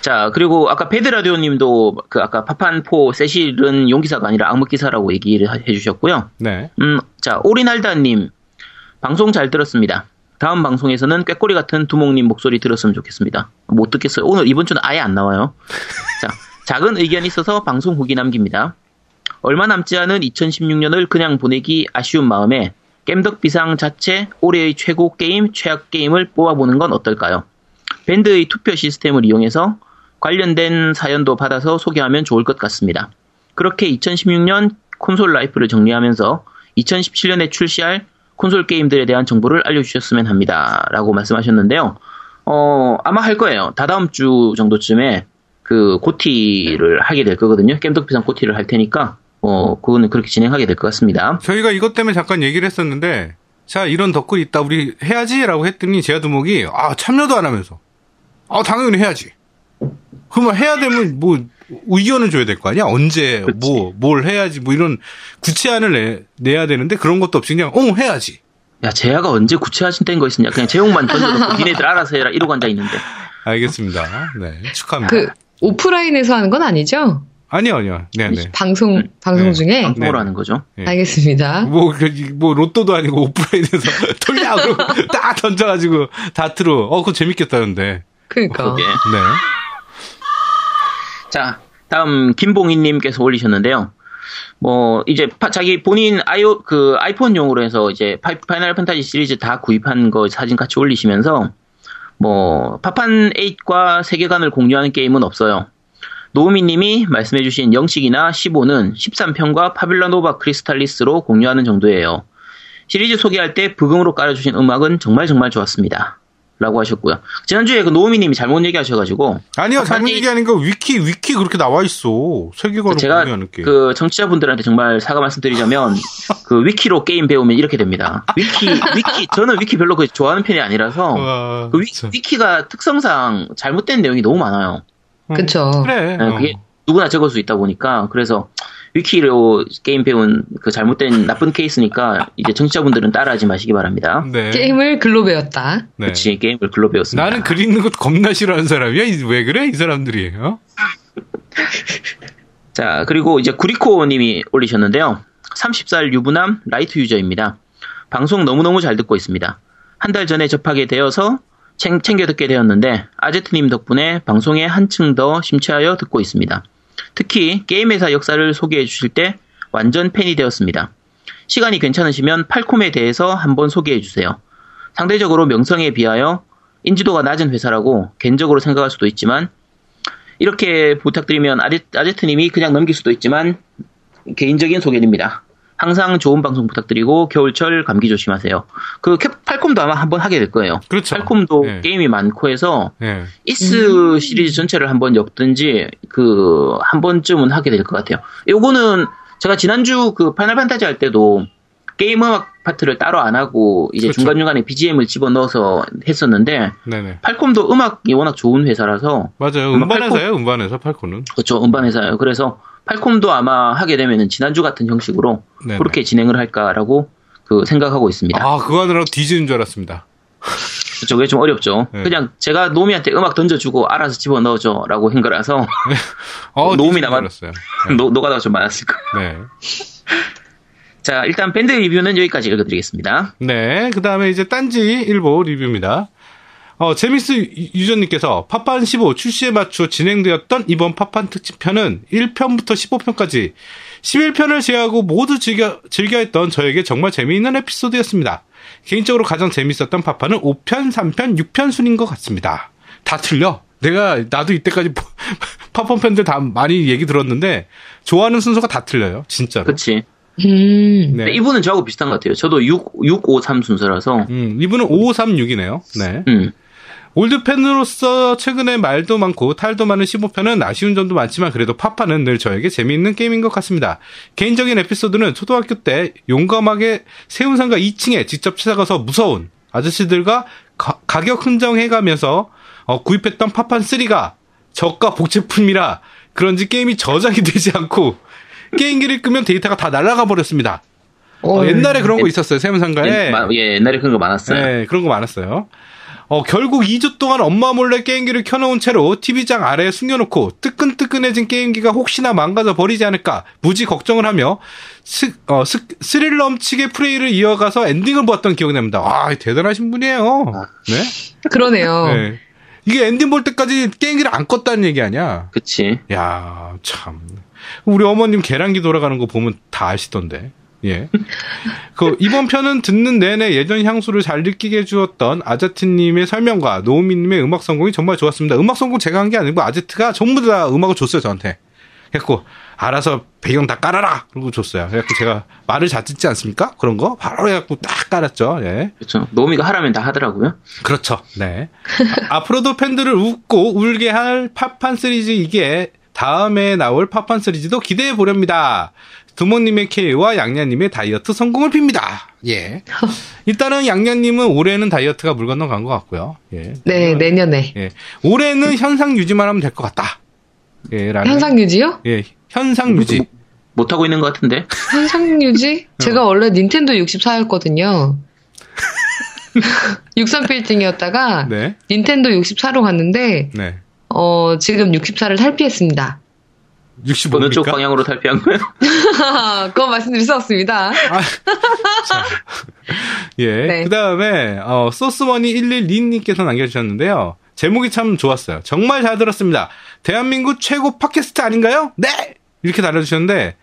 C: 자, 그리고 아까 페드라디오 님도, 그 아까 파판포 세실은 용기사가 아니라 악목기사라고 얘기를 하- 해주셨고요.
A: 네.
C: 음, 자, 오리날다님. 방송 잘 들었습니다. 다음 방송에서는 꾀꼬리 같은 두목님 목소리 들었으면 좋겠습니다. 못 듣겠어요. 오늘 이번 주는 아예 안 나와요. 자, 작은 의견이 있어서 방송 후기 남깁니다. 얼마 남지 않은 2016년을 그냥 보내기 아쉬운 마음에 겜덕 비상 자체 올해의 최고 게임, 최악 게임을 뽑아보는 건 어떨까요? 밴드의 투표 시스템을 이용해서 관련된 사연도 받아서 소개하면 좋을 것 같습니다. 그렇게 2016년 콘솔 라이프를 정리하면서 2017년에 출시할 콘솔 게임들에 대한 정보를 알려주셨으면 합니다. 라고 말씀하셨는데요. 어, 아마 할 거예요. 다다음 주 정도쯤에 그 고티를 하게 될 거거든요. 겜덕비상 고티를 할 테니까, 어, 그거는 그렇게 진행하게 될 것 같습니다.
A: 저희가 이것 때문에 잠깐 얘기를 했었는데 자 이런 덧글 있다 우리 해야지라고 했더니 제아 두목이 아 참여도 안 하면서 아 당연히 해야지. 그러면 해야 되면 뭐 의견을 줘야 될 거 아니야? 언제
C: 그치.
A: 뭐 뭘 해야지 뭐 이런 구체안을 내, 내야 되는데 그런 것도 없이 그냥 응 해야지.
C: 야, 재야가 언제 구체화신된 거 있었냐. 그냥 제목만 던져놓고 니네들 알아서 해라. 이러고 앉아있는데.
A: 알겠습니다. 네 축하합니다.
B: 그 오프라인에서 하는 건 아니죠?
A: 아니요 아니요. 네네.
B: 방송 방송
A: 네.
B: 중에
C: 방송을
A: 네.
C: 하는 거죠.
A: 네.
B: 알겠습니다.
A: 뭐, 그, 뭐, 로또도 아니고 오프라인에서 돌려! 그러고 딱 던져가지고 다트로. 어, 그거 재밌겠다는데.
C: 예.
B: 그러니까
C: 그게.
A: 네.
C: 자, 다음 김봉희님께서 올리셨는데요. 뭐 이제 파- 자기 본인 아이오 그 아이폰용으로 해서 이제 파, 파이널 판타지 시리즈 다 구입한 거 사진 같이 올리시면서 뭐 파판 8과 세계관을 공유하는 게임은 없어요. 노우미님이 말씀해주신 영식이나 15는 13편과 파빌라노바 크리스탈리스로 공유하는 정도예요. 시리즈 소개할 때 부금으로 깔아주신 음악은 정말 정말 좋았습니다. 라고 하셨고요. 지난주에 그 노우미님이 잘못 얘기하셔가지고
A: 아니요, 잘못
C: 아니-
A: 얘기하는 거 위키 위키 그렇게 나와 있어. 세계관을
C: 제가
A: 공유하는 게.
C: 그 청취자분들한테 정말 사과 말씀드리자면 그 위키로 게임 배우면 이렇게 됩니다. 위키 위키 저는 위키 별로 그 좋아하는 편이
A: 어.
C: 아니라서
A: 와,
C: 그 위,
A: 진짜.
C: 위키가 특성상 잘못된 내용이 너무 많아요.
A: 음,
B: 그쵸.
A: 그래.
C: 네, 그게 누구나 적을 수 있다 보니까 그래서 위키로 게임 배운 그 잘못된 나쁜 케이스니까 이제 청취자분들은 따라하지 마시기
A: 어,
C: 바랍니다.
A: 네.
B: 게임을 글로 배웠다.
A: 네.
C: 그렇지 게임을 글로 배웠습니다.
A: 나는 글 읽는 것도 겁나 싫어하는 사람이야. 이- 왜 그래? 이 사람들이. 어?
C: 자, 그리고 이제 구리코님이 올리셨는데요. 30살 유부남 라이트 유저입니다. 방송 너무너무 잘 듣고 있습니다. 한 달 전에 접하게 되어서 챙, 겨 듣게 되었는데 아제트님 덕분에 방송에 한층 더 심취하여 듣고 있습니다. 특히 게임 회사 역사를 소개해 주실 때 완전 팬이 되었습니다. 시간이 괜찮으시면 팔콤에 대해서 한번 소개해 주세요. 상대적으로 명성에 비하여 인지도가 낮은 회사라고 개인적으로 생각할 수도 있지만 이렇게 부탁드리면 아제, 아제트님이 그냥 넘길 수도 있지만 개인적인 소견입니다. 항상 좋은 방송 부탁드리고 겨울철 감기 조심하세요. 그 캡- 팔콤도 아마 한번 하게 될 거예요.
A: 그렇죠.
C: 팔콤도
A: 예.
C: 게임이 많고 해서
A: 예.
C: 이스 시리즈 전체를 한번 엮든지 그 한 번쯤은 하게 될 것 같아요. 요거는 제가 지난주 그 파이널 판타지 할 때도 게임 음악 파트를 따로 안 하고 이제
A: 그렇죠.
C: 중간중간에 BGM을 집어넣어서 했었는데
A: 네네.
C: 팔콤도 음악이 워낙 좋은 회사라서
A: 맞아요.
C: 아마
A: 음반회사예요. 음반회사 팔코는.
C: 그렇죠. 음반 회사예요. 그래서 팔콤도 아마 하게 되면은 지난주 같은 형식으로
A: 네네.
C: 그렇게 진행을 할까라고 그 생각하고 있습니다.
A: 아 그거 하느라고 뒤지는 줄 알았습니다.
C: 그렇죠. 그게 좀 어렵죠.
A: 네.
C: 그냥 제가 노미한테 음악 던져주고 알아서 집어 넣어줘라고 한 거라서
A: 어,
C: 너무
A: 뒤지는 줄
C: 남았-
A: 알았어요.
C: 노, 노가다가 좀 많았을 거예요.
A: 네.
C: 자, 일단 밴드 리뷰는 여기까지 읽어드리겠습니다.
A: 네, 그 다음에 이제 딴지 일보 리뷰입니다. 어, 제미스 유- 유저님께서 파판 15 출시에 맞춰 진행되었던 이번 파판 특집편은 1편부터 15편까지 11편을 제외하고 모두 즐겨, 즐겨했던 저에게 정말 재미있는 에피소드였습니다. 개인적으로 가장 재밌었던 파판은 5편, 3편, 6편 순인 것 같습니다. 다 틀려. 내가, 나도 이때까지 파판 팬들 다 많이 얘기 들었는데, 좋아하는 순서가 다 틀려요. 진짜로.
C: 그치.
B: 음.
A: 네.
C: 근데 이분은 저하고 비슷한 것 같아요. 저도 6, 6, 5, 3 순서라서.
A: 음, 이분은 5536이네요. 네.
C: 음.
A: 올드팬으로서 최근에 말도 많고 탈도 많은 15편은 아쉬운 점도 많지만 그래도 파파는 늘 저에게 재미있는 게임인 것 같습니다. 개인적인 에피소드는 초등학교 때 용감하게 세운상가 2층에 직접 찾아가서 무서운 아저씨들과 가, 가격 흥정해가면서 어, 구입했던 파판 3가 저가 복제품이라 그런지 게임이 저장이 되지 않고 게임기를 끄면 데이터가 다 날아가 버렸습니다. 어, 옛날에 그런 거 있었어요 세운상가에.
C: 예, 마- 예, 옛날에 그런 거 많았어요.
A: 네, 그런 거 많았어요. 어, 결국 2주 동안 엄마 몰래 게임기를 켜놓은 채로 TV장 아래에 숨겨놓고 뜨끈뜨끈해진 게임기가 혹시나 망가져 버리지 않을까 무지 걱정을 하며 스, 어, 스, 스릴 넘치게 프레이를 이어가서 엔딩을 보았던 기억이 납니다. 아, 대단하신 분이에요. 네?
B: 어, 그러네요.
A: 네. 이게 엔딩 볼 때까지 게임기를 안 껐다는 얘기 아니야?
C: 그치.
A: 야, 참. 우리 어머님 계란기 돌아가는 거 보면 다 아시던데. 예. 그 이번 편은 듣는 내내 예전 향수를 잘 느끼게 해주었던 아제트님의 설명과 노우미님의 음악 선곡이 정말 좋았습니다. 음악 선곡 제가 한 게 아니고 아제트가 전부 다 음악을 줬어요 저한테. 했고 알아서 배경 다 깔아라 그러고 줬어요. 그래갖고 제가 말을 잘 듣지 않습니까? 그런 거 바로 해갖고 딱 깔았죠. 예.
C: 그렇죠. 노미가 하라면 다 하더라고요.
A: 그렇죠. 네. 아, 앞으로도 팬들을 웃고 울게 할 파판 시리즈 이게 다음에 나올 파판 시리즈도 기대해 보렵니다. 두목님의 K와 양냐님의 다이어트 성공을 빕니다. 예. 일단은 양냐님은 올해는 다이어트가 물 건너간 것 같고요. 예.
B: 네, 내년에.
A: 예. 올해는 현상 유지만 하면 될 것 같다. 예, 라는.
B: 현상 유지요?
A: 예. 현상 유지.
C: 못하고 있는 것 같은데.
B: 현상 유지?
A: 어.
B: 제가 원래 닌텐도 64였거든요. 63빌딩이었다가
A: 네.
B: 닌텐도 64로 갔는데
A: 네.
B: 어, 지금 64를 탈피했습니다.
C: 어느 쪽
A: 65입니까?
C: 방향으로 탈피한 거예요?
B: 그건 말씀드릴 수 없습니다.
A: 예.
B: 네.
A: 어, 그 다음에, 소스머니 112님께서 남겨주셨는데요. 제목이 참 좋았어요. 정말 잘 들었습니다. 대한민국 최고 팟캐스트 아닌가요? 네! 이렇게 달려주셨는데,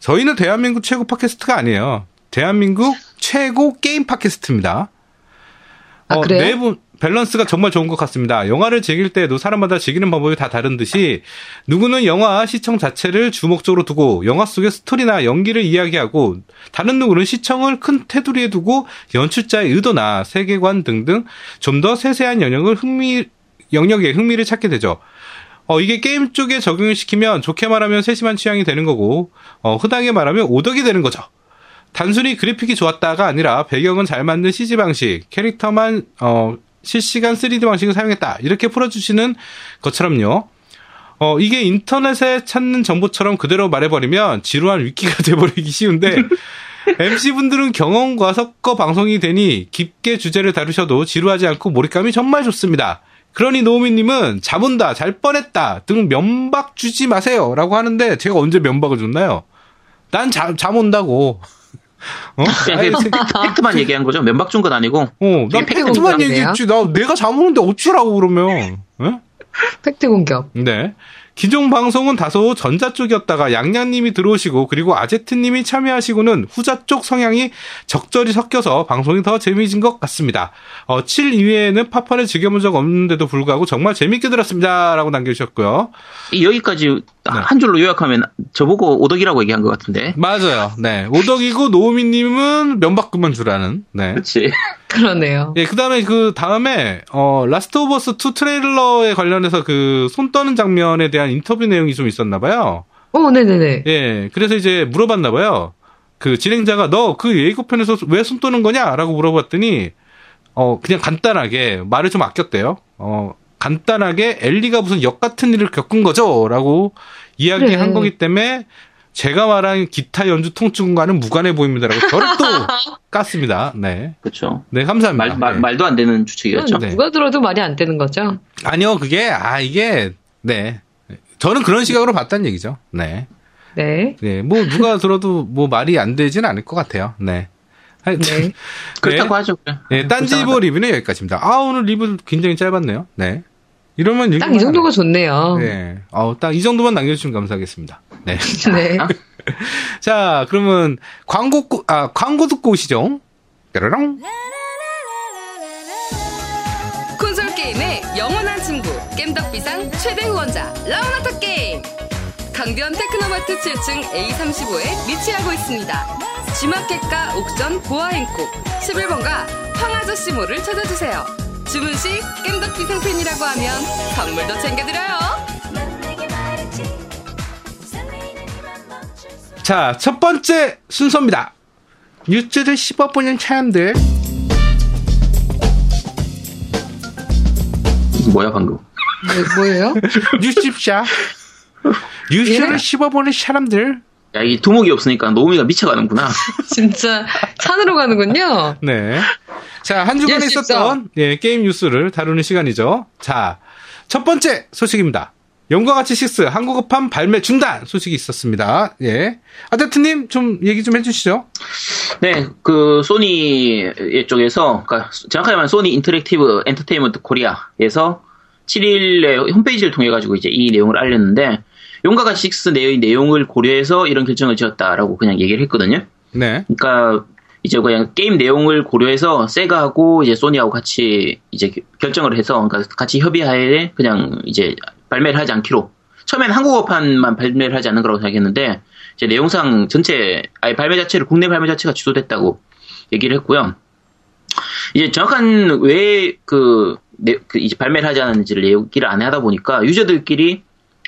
A: 저희는 대한민국 최고 팟캐스트가 아니에요. 대한민국 최고 게임 팟캐스트입니다.
B: 아,
A: 어,
B: 그래요?
A: 네 분, 밸런스가 정말 좋은 것 같습니다. 영화를 즐길 때에도 사람마다 즐기는 방법이 다 다른 듯이 누구는 영화 시청 자체를 주목적으로 두고 영화 속의 스토리나 연기를 이야기하고 다른 누구는 시청을 큰 테두리에 두고 연출자의 의도나 세계관 등등 좀 더 세세한 영역을 흥미 영역에 흥미를 찾게 되죠. 어, 이게 게임 쪽에 적용을 시키면 좋게 말하면 세심한 취향이 되는 거고 어, 흔하게 말하면 오덕이 되는 거죠. 단순히 그래픽이 좋았다가 아니라 배경은 잘 만든 CG 방식, 캐릭터만 어, 실시간 3D 방식을 사용했다 이렇게 풀어주시는 것처럼요. 어, 이게 인터넷에 찾는 정보처럼 그대로 말해버리면 지루한 위키가 돼버리기 쉬운데 MC분들은 경험과 섞어 방송이 되니 깊게 주제를 다루셔도 지루하지 않고 몰입감이 정말 좋습니다. 그러니 노우미님은 잡은다, 잘 뻔했다 등 면박 주지 마세요 라고 하는데 제가 언제 면박을 줬나요? 난 잠, 잠 온다고. 어?
C: 그냥
A: 아니,
C: 그 팩트만 얘기한 거죠. 면박 준 건 아니고.
A: 어, 난
C: 되게 팩트
A: 팩트만
B: 공감돼요.
A: 얘기했지. 나 내가 잠 오는데 어쩌라고 그러면. 예? 응?
B: 팩트 공격.
A: 네. 기존 방송은 다소 전자 쪽이었다가 양양님이 들어오시고 그리고 아제트님이 참여하시고는 후자 쪽 성향이 적절히 섞여서 방송이 더 재미진 것 같습니다. 어, 7 이외에는 파파를 즐겨본 적 없는데도 불구하고 정말 재밌게 들었습니다. 라고 남겨주셨고요.
C: 이
A: 네.
C: 여기까지 한 줄로 요약하면 저보고 오덕이라고 얘기한 것 같은데.
A: 맞아요. 네. 오덕이고 노우미님은 면박금만 주라는. 네.
C: 그렇지.
B: 그러네요.
A: 예, 그 다음에 그 다음에 어 라스트 오브 어스 2 트레일러에 관련해서 그 손 떠는 장면에 대한 인터뷰 내용이 좀 있었나 봐요.
B: 오, 어, 네네네.
A: 예, 그래서 이제 물어봤나 봐요. 그 진행자가 너 그 예고편에서 왜 손 떠는 거냐라고 물어봤더니 어 그냥 간단하게 말을 좀 아꼈대요. 어 간단하게 엘리가 무슨 역 같은 일을 겪은 거죠라고 이야기한
B: 그래.
A: 거기 때문에 제가 말한 기타 연주 통증과는 무관해 보입니다라고 저를 또 깠습니다. 네,
C: 그렇죠.
A: 네 감사합니다.
C: 말, 말,
A: 네.
C: 말도 안 되는 추측이었죠.
A: 네.
B: 누가 들어도 말이 안 되는 거죠?
A: 아니요 그게 아 이게 네 저는 그런 시각으로 봤다는 얘기죠. 네.
B: 네.
A: 네, 뭐 누가 들어도 뭐 말이 안 되진 않을 것 같아요. 네. 하여튼
B: 네.
C: 그렇다고 하죠. 그래.
A: 네, 딴지보 리뷰는 여기까지입니다. 아 오늘 리뷰 굉장히 짧았네요. 네. 이러면
B: 딱 이 정도가 좋네요. 네.
A: 네. 어, 딱 이 정도만 남겨주시면 감사하겠습니다. 네. 자, 그러면 광고 꾸- 아 광고 듣고 오시죠. 뾰로롱.
B: 콘솔 게임의 영원한 친구 겜덕비상 최대 후원자 라운하터 게임 강변 테크노마트 7층 A35에 위치하고 있습니다. G마켓과 옥전 보아행콕 11번가 황아저씨몰을 찾아주세요. 주문 시 겜덕비상 팬이라고 하면 선물도 챙겨드려요.
A: 자, 첫 번째 순서입니다. 뉴스를 씹어보는 차람들.
C: 뭐야 방금.
B: 뭐, 예요
A: 뉴스입자. 뉴스를
B: 예?
A: 씹어보는 사람들.
C: 야, 이 두목이 없으니까 노우미가 미쳐가는구나.
B: 진짜 산으로 가는군요.
A: 네. 자, 한 주간에
B: 예,
A: 있었던 예, 게임 뉴스를 다루는 시간이죠. 자, 첫 번째 소식입니다. 영과 같이 6 한국어판 발매 중단 소식이 있었습니다. 예. 아데트님 좀 얘기 좀 해주시죠.
C: 네, 그 소니 쪽에서, 그러니까 정확하게 말하면 소니 인터랙티브 엔터테인먼트 코리아에서 7일에 홈페이지를 통해 가지고 이제 이 내용을 알렸는데 용가가 6 내의 내용을 고려해서 이런 결정을 지었다라고 그냥 얘기를 했거든요.
A: 네.
C: 그러니까 이제 그냥 게임 내용을 고려해서 세가하고 이제 소니하고 같이 이제 결정을 해서 그러니까 같이 협의하에 그냥 이제 발매를 하지 않기로 처음엔 한국어판만 발매를 하지 않는 거라고 생각했는데 이제 내용상 전체 아예 발매 자체를 국내 발매 자체가 취소됐다고 얘기를 했고요. 이제 정확한 왜그 그 이제 발매를 하지 않았는지를 얘기를 안 하다 보니까 유저들끼리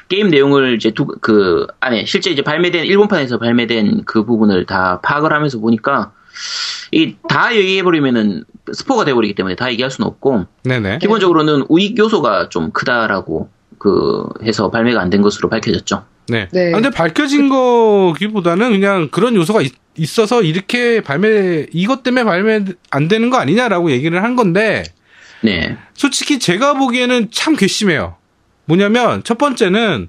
C: 게임 내용을 이제 두, 그 안에 실제 이제 발매된 일본판에서 발매된 그 부분을 다 파악을 하면서 보니까 이 다 얘기해 버리면은 스포가 돼 버리기 때문에 다 얘기할 수는 없고
A: 네네.
C: 기본적으로는 우익 요소가 좀 크다라고 그 해서 발매가 안 된 것으로 밝혀졌죠.
A: 네.
B: 네.
A: 아, 근데 밝혀진 거기보다는 그냥 그런 요소가 있, 어서 이렇게 발매, 이것 때문에 발매 안 되는 거 아니냐라고 얘기를 한 건데,
C: 네.
A: 솔직히 제가 보기에는 참 괘씸해요. 뭐냐면, 첫 번째는,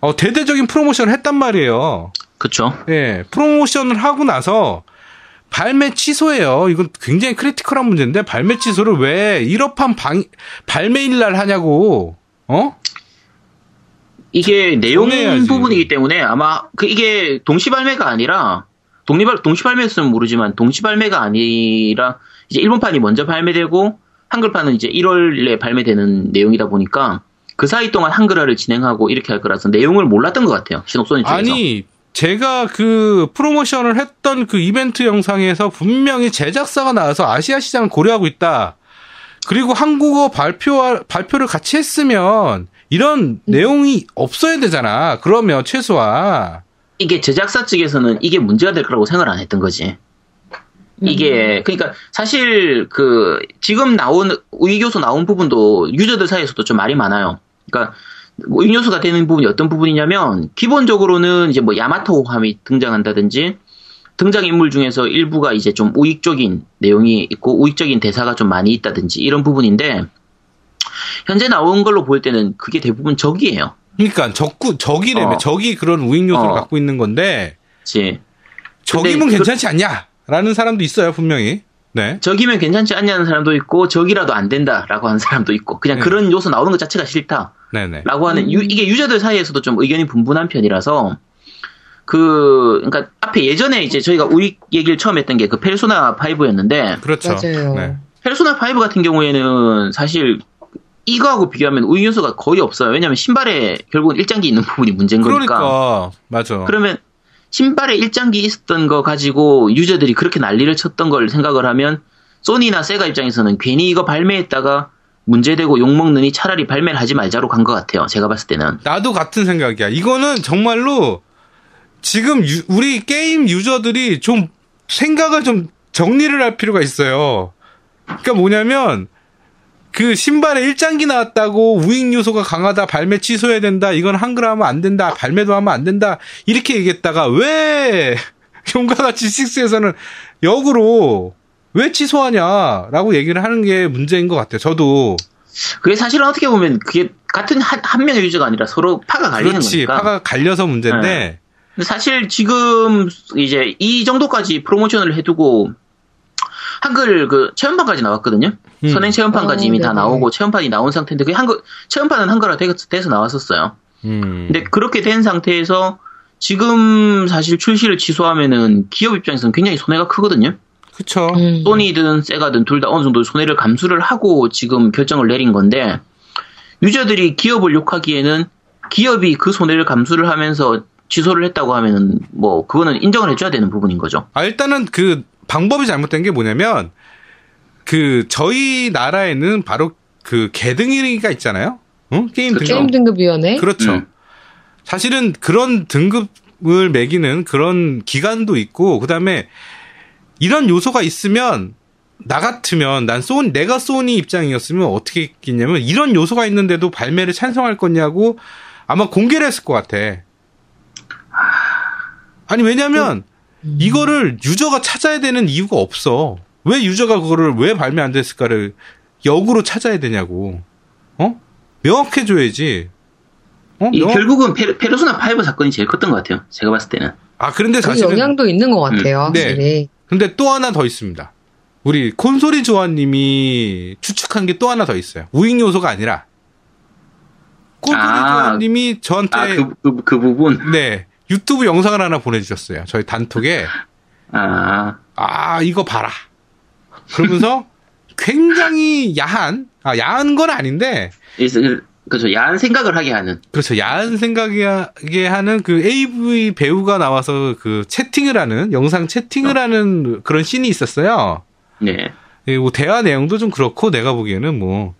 A: 어, 대대적인 프로모션을 했단 말이에요.
C: 그쵸
A: 예, 프로모션을 하고 나서 발매 취소예요. 이건 굉장히 크리티컬한 문제인데 발매 취소를 왜 일업한 방 발매일 날 하냐고. 어?
C: 이게 내용
A: 정해야지.
C: 부분이기 때문에 아마 그 이게 동시 발매가 아니라 독립발 동시 발매였으면 모르지만 동시 발매가 아니라 이제 일본판이 먼저 발매되고 한글판은 이제 1월에 발매되는 내용이다 보니까 그 사이 동안 한글화를 진행하고 이렇게 할 거라서 내용을 몰랐던 것 같아요 신옥소니 쪽에서
A: 아니 제가 그 프로모션을 했던 그 이벤트 영상에서 분명히 제작사가 나와서 아시아 시장을 고려하고 있다. 그리고 한국어 발표 발표를 같이 했으면
B: 음.
A: 이런 내용이 없어야 되잖아. 그러면 최소한
C: 이게 제작사 측에서는 이게 문제가 될 거라고 생각을 안 했던 거지. 이게 그러니까 사실 그 지금 나온 의교수 나온 부분도 유저들 사이에서도 좀 말이 많아요. 그러니까 뭐 의교수가 되는 부분이 어떤 부분이냐면 기본적으로는 이제 뭐 야마토함이 등장한다든지 등장 인물 중에서 일부가 이제 좀 우익적인 내용이 있고 우익적인 대사가 좀 많이 있다든지 이런 부분인데 현재 나온 걸로 볼 때는 그게 대부분 적이에요.
A: 그러니까 적구 적이래며
C: 어.
A: 적이 그런 우익 요소를
C: 어.
A: 갖고 있는 건데
C: 그치?
A: 적이면
C: 근데
A: 괜찮지 않냐라는 사람도 있어요 분명히. 네.
C: 적이면 괜찮지 않냐는 사람도 있고 적이라도 안 된다라고 하는 사람도 있고 그냥
A: 네. 음.
C: 그런 요소 나오는 것 자체가 싫다라고
A: 네네.
C: 하는 유- 이게 유저들 사이에서도 좀 의견이 분분한 편이라서 그 그러니까 앞에 예전에 이제 저희가 우익 얘기를 처음 했던 게 그 페르소나 5였는데
A: 그렇죠.
B: 맞아요.
A: 네.
C: 페르소나 5 같은 경우에는 사실 이거하고 비교하면 우익 요소가 거의 없어요. 왜냐하면 신발에 결국은 일장기 있는 부분이 문제인 거니까.
A: 그러니까 맞아.
C: 그러면 신발에 일장기 있었던 거 가지고 유저들이 그렇게 난리를 쳤던 걸 생각을 하면 소니나 세가 입장에서는 괜히 이거 발매했다가 문제되고 욕먹느니 차라리 발매를 하지 말자로 간 것 같아요. 제가 봤을 때는.
A: 나도 같은 생각이야. 이거는 정말로 지금 유- 우리 게임 유저들이 좀 생각을 좀 정리를 할 필요가 있어요. 그러니까 뭐냐면 그 신발에 일장기 나왔다고 우익 요소가 강하다 발매 취소해야 된다 이건 한글 하면 안 된다 발매도 하면 안 된다 이렇게 얘기했다가 왜 용과같이 식스에서는 역으로 왜 취소하냐라고 얘기를 하는 게 문제인 것 같아요. 저도
C: 그게 사실은 어떻게 보면 그게 같은 한, 한 명의 유저가 아니라 서로 파가 갈리는
A: 그렇지
C: 거니까.
A: 파가 갈려서 문제인데
C: 네. 근데 사실 지금 이제 이 정도까지 프로모션을 해두고 한글 그 체험판까지 나왔거든요.
A: 음.
C: 선행 체험판까지
B: 어,
C: 이미 다
B: 네네.
C: 나오고 체험판이 나온 상태인데 그게 한글 체험판은 한글화 되- 돼서 나왔었어요.
A: 음.
C: 근데 그렇게 된 상태에서 지금 사실 출시를 취소하면은 기업 입장에서는 굉장히 손해가 크거든요.
A: 그쵸.
B: 음.
C: 소니든 세가든 둘 다 어느 정도 손해를 감수를 하고 지금 결정을 내린 건데 유저들이 기업을 욕하기에는 기업이 그 손해를 감수를 하면서 취소를 했다고 하면은 뭐 그거는 인정을 해줘야 되는 부분인 거죠.
A: 아, 일단은 그 방법이 잘못된 게 뭐냐면 그 저희 나라에는 바로 그 개등이가 있잖아요. 응? 게임 등급.
C: 그쵸.
B: 게임 등급위원회.
A: 그렇죠.
C: 음.
A: 사실은 그런 등급을 매기는 그런 기간도 있고 그다음에 이런 요소가 있으면 나 같으면 난 소니 내가 소니 입장이었으면 어떻게 했겠냐면 이런 요소가 있는데도 발매를 찬성할 거냐고 아마 공개를 했을 것 같아. 아니 왜냐면 이거를 유저가 찾아야 되는 이유가 없어. 왜 유저가 그거를 왜 발매 안 됐을까를 역으로 찾아야 되냐고. 어? 명확해줘야지. 어?
C: 이
A: 명확-
C: 결국은 페르, 페르소나 5 사건이 제일 컸던 것 같아요. 제가 봤을 때는.
A: 아 그런데
B: 그
A: 사실은
B: 영향도 있는 것 같아요.
A: 음, 네.
B: 확실히.
A: 근데 또 하나 더 있습니다. 우리 콘솔이 조아님이 추측한 게 또 하나 더 있어요. 우익 요소가 아니라 콘솔이
C: 아.
A: 조아님이 저한테
C: 아 그 그, 그 부분.
A: 네 유튜브 영상을 하나 보내주셨어요. 저희 단톡에
C: 아
A: 아 이거 봐라. 그러면서 굉장히 야한 아 야한 건 아닌데
C: 이- 그렇죠. 야한 생각을 하게 하는.
A: 그렇죠. 야한 생각하게 하는 그 AV 배우가 나와서 그 채팅을 하는 영상
C: 어.
A: 채팅을 하는 그런 씬이 있었어요.
C: 네.
A: 예, 뭐 대화 내용도 좀 그렇고 내가 보기에는 뭐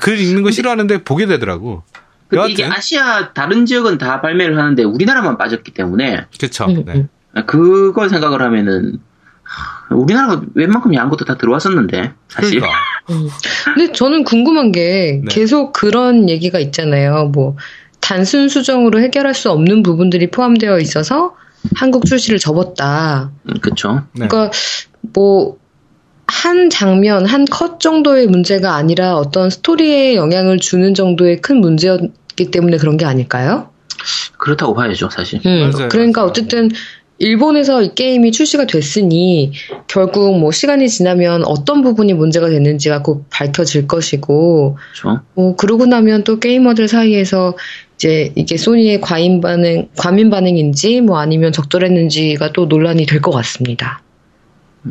A: 글 읽는 거 싫어하는데 보게 되더라고.
C: 근데 그 이게
A: 여하튼.
C: 아시아 다른 지역은 다 발매를 하는데 우리나라만 빠졌기 때문에
A: 그렇죠.
B: 음,
A: 네.
B: 음.
C: 그걸 생각을 하면은 하, 우리나라가 웬만큼 야한 것도 다 들어왔었는데 사실
A: 그러니까
B: 음. 근데 저는 궁금한 게
A: 네.
B: 계속 그런 얘기가 있잖아요. 뭐 단순 수정으로 해결할 수 없는 부분들이 포함되어 있어서 한국 출시를 접었다.
C: 음, 그쵸
A: 네.
B: 그러니까 뭐 한 장면, 한 컷 정도의 문제가 아니라 어떤 스토리에 영향을 주는 정도의 큰 문제였기 때문에 그런 게 아닐까요?
C: 그렇다고 봐야죠 사실
B: 음,
A: 맞아요,
B: 그러니까
A: 맞아요.
B: 어쨌든 일본에서 이 게임이 출시가 됐으니 결국 뭐 시간이 지나면 어떤 부분이 문제가 됐는지가 곧 밝혀질 것이고
C: 그렇죠.
B: 뭐 그러고 나면 또 게이머들 사이에서 이제 이게 소니의 과잉 반응, 과민 반응인지 뭐 아니면 적절했는지가 또 논란이 될 것 같습니다.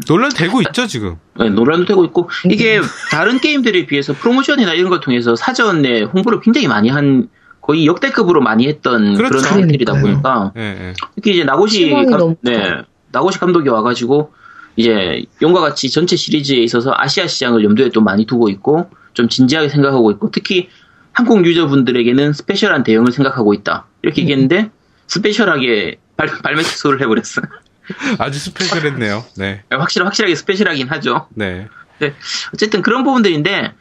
A: 논란 되고 있죠 지금.
C: 네, 논란도 되고 있고 이게
A: 음.
C: 다른 게임들에 비해서 프로모션이나 이런 걸 통해서 사전에 홍보를 굉장히 많이 한 거의 역대급으로 많이 했던 그
A: 그렇죠.
C: 런 상황들이다
B: 그러니까요.
C: 보니까
A: 예, 예.
C: 특히 이제 나고시
B: 시간이 너무
C: 네, 나고시 감독이 와가지고 이제 용과 같이 전체 시리즈에 있어서 아시아 시장을 염두에 또 많이 두고 있고 좀 진지하게 생각하고 있고 특히 한국 유저분들에게는 스페셜한 대응을 생각하고 있다
B: 음.
C: 이렇게 얘기했는데 스페셜하게 발, 발매 취소를 해버렸어.
A: 아주 스페셜했네요. 네,
C: 확실 확실하게 스페셜하긴 하죠.
A: 네.
C: 어쨌든 그런 부분들인데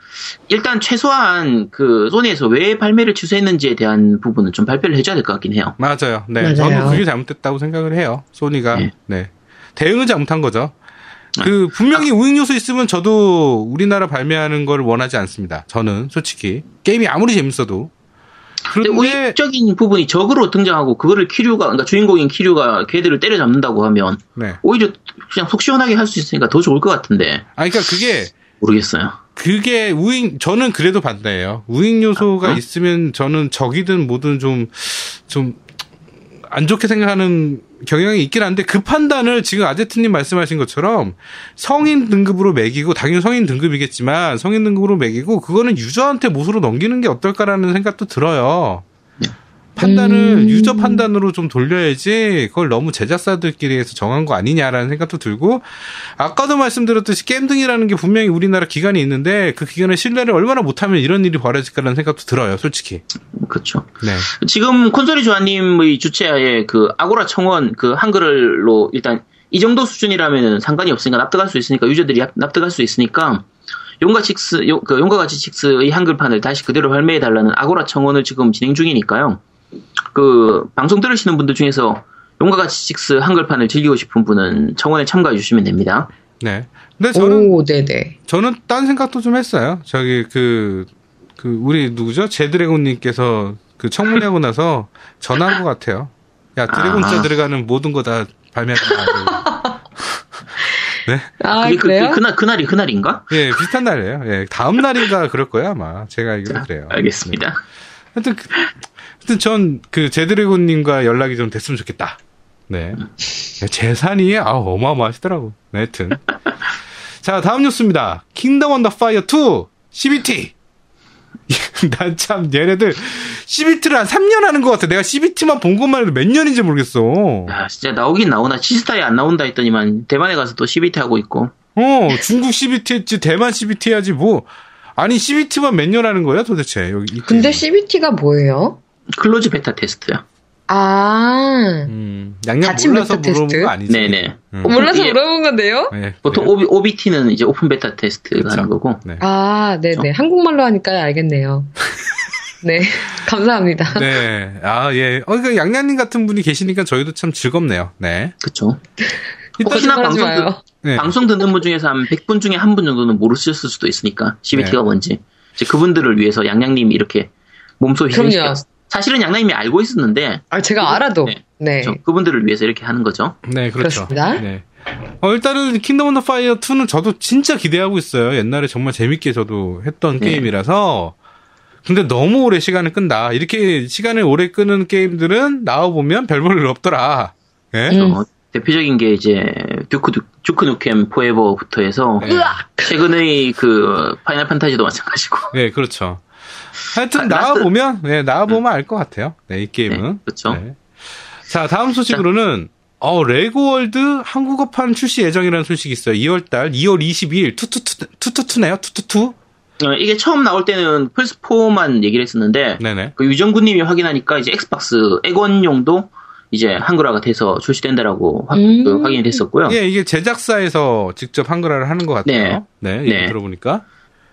C: 일단 최소한 그 소니에서 왜 발매를 취소했는지에 대한 부분은 좀 발표를 해줘야 될 것 같긴 해요.
A: 맞아요. 네.
B: 맞아요.
A: 저는 그게 잘못됐다고 생각을 해요. 소니가.
C: 네.
A: 네. 대응을 잘못한 거죠. 그, 분명히 우익 요소 있으면 저도 우리나라 발매하는 걸 원하지 않습니다. 저는, 솔직히. 게임이 아무리 재밌어도.
C: 근데
A: 그런데,
C: 우익적인 부분이 적으로 등장하고 그거를 키류가 그러니까 주인공인 키류가 걔들을 때려잡는다고 하면
A: 네.
C: 오히려 그냥 속 시원하게 할 수 있으니까 더 좋을 것 같은데
A: 아, 그니까 그게,
C: 모르겠어요.
A: 그게 우익, 저는 그래도 반대예요. 우익 요소가
C: 아, 어?
A: 있으면 저는 적이든 뭐든 좀, 좀, 안 좋게 생각하는 경향이 있긴 한데 그 판단을 지금 아제트님 말씀하신 것처럼 성인 등급으로 매기고 당연히 성인 등급이겠지만 성인 등급으로 매기고 그거는 유저한테 못으로 넘기는 게 어떨까라는 생각도 들어요.
C: 네.
A: 판단을
B: 음.
A: 유저 판단으로 좀 돌려야지 그걸 너무 제작사들끼리 해서 정한 거 아니냐라는 생각도 들고 아까도 말씀드렸듯이 겜등이라는 게 분명히 우리나라 기간이 있는데 그 기간에 신뢰를 얼마나 못하면 이런 일이 벌어질까라는 생각도 들어요 솔직히
C: 그렇죠.
A: 네
C: 지금 콘솔이 조아님의 주최하에 그 아고라 청원 그 한글로 일단 이 정도 수준이라면 상관이 없으니까 납득할 수 있으니까 유저들이 납- 납득할 수 있으니까 용과 칙스 용- 그 용과 같이 칙스의 한글판을 다시 그대로 발매해 달라는 아고라 청원을 지금 진행 중이니까요. 그 방송 들으시는 분들 중에서 용과 같이 칙스 한글판을 즐기고 싶은 분은 청원에 참가해 주시면 됩니다.
A: 네. 근데 저는
B: 오, 네네.
A: 저는 딴 생각도 좀 했어요. 저기 그, 그 우리 누구죠? 제드래곤님께서 그 청문회하고 나서 전화한 것 같아요. 야 드래곤자
C: 아.
A: 들어가는 모든 거 다 발매한다.
B: 아,
C: 그게 그,
B: 그래요?
C: 날 그날이 그날인가?
A: 예, 비슷한 날이에요. 예, 다음 날인가 그럴 거예요 아마. 제가 알기로 그래요.
C: 알겠습니다.
A: 하여튼 그, 하여튼 전 그 제드래곤님과 연락이 좀 됐으면 좋겠다. 네. 야, 재산이 아 어마어마하시더라고. 네, 하여튼. 자 다음 뉴스입니다. 킹덤 언더 파이어 2 CBT. 난 참 얘네들 CBT를 한 3년 하는 것 같아. 내가 CBT만 본 것만 해도 몇 년인지 모르겠어. 어
C: 야, 아, 진짜 나오긴 나오나 치스타에 안 나온다 했더니만 대만에 가서 또 CBT 하고 있고.
A: 중국 CBT 했지 대만 CBT 해야지 뭐. 아니 CBT만 몇 년 하는 거야 도대체 여기. 이그
B: 근데
A: 게임은.
B: CBT가 뭐예요?
C: 클로즈 베타 테스트요.
B: 아,
A: 음, 양양
B: 닫힌
A: 몰라서
B: 멘트 테스트?
A: 물어본 거 아니지?
C: 네네.
A: 음.
B: 몰라서
C: 예.
B: 물어본 건데요?
A: 네,
C: 보통
A: 그래요.
C: 오비, OBT는 이제 오픈 베타 테스트라는
A: 그쵸.
C: 거고.
A: 네.
B: 아, 네네. 한국말로 하니까 알겠네요. 네. 감사합니다.
A: 네. 아, 예. 어, 그러니까 양양님 같은 분이 계시니까 저희도 참 즐겁네요. 네.
C: 그쵸.
A: 일단,
C: 혹시나
B: 거짓말하지
C: 방송,
B: 마요.
C: 듣-
A: 네.
B: 아,
C: 방송 듣는 분 중에서 한 100분 중에 한 분 정도는 모르셨을 수도 있으니까, CBT가
A: 네.
C: 뭔지. 이제 그분들을 위해서 양양님이 이렇게 몸소 희생시켜.
B: 그럼요.
C: 사실은 양양님이 알고 있었는데,
B: 아, 제가 알아도.
C: 네.
B: 네.
C: 그쵸. 그분들을 위해서 이렇게 하는 거죠.
A: 네, 그렇죠.
B: 그렇습니다.
A: 네. 어, 일단은 킹덤 오브 파이어 2는 저도 진짜 기대하고 있어요. 옛날에 정말 재밌게 저도 했던
C: 네.
A: 게임이라서. 근데 너무 오래 시간을 끈다. 이렇게 시간을 오래 끄는 게임들은 나와보면 별 볼일 없더라. 예?
B: 음.
C: 어, 대표적인 게 이제, 듀크, 듀, 듀크 누켐 포에버부터 해서,
A: 네.
C: 최근의 그, 파이널 판타지도 마찬가지고.
A: 네, 그렇죠. 하여튼
C: 아, 음.
A: 나와보면, 네, 나와보면 알 것 같아요. 네, 이 게임은.
C: 네, 그렇죠.
A: 네. 자, 다음 소식으로는 어, 레고월드 한국어판 출시 예정이라는 소식이 있어요. 2월달, 2월 22일, 투투투, 투투투네요? 투투투?
C: 어, 이게 처음 나올 때는 플스4만 얘기를 했었는데,
A: 네네.
C: 그 유정구님이 확인하니까 이제 엑스박스 액원용도 이제 한글화가 돼서 출시된다라고 확,
B: 음.
C: 그 확인이 됐었고요.
A: 예, 이게 제작사에서 직접 한글화를 하는 것 같아요. 네. 얘기
C: 네.
A: 들어보니까.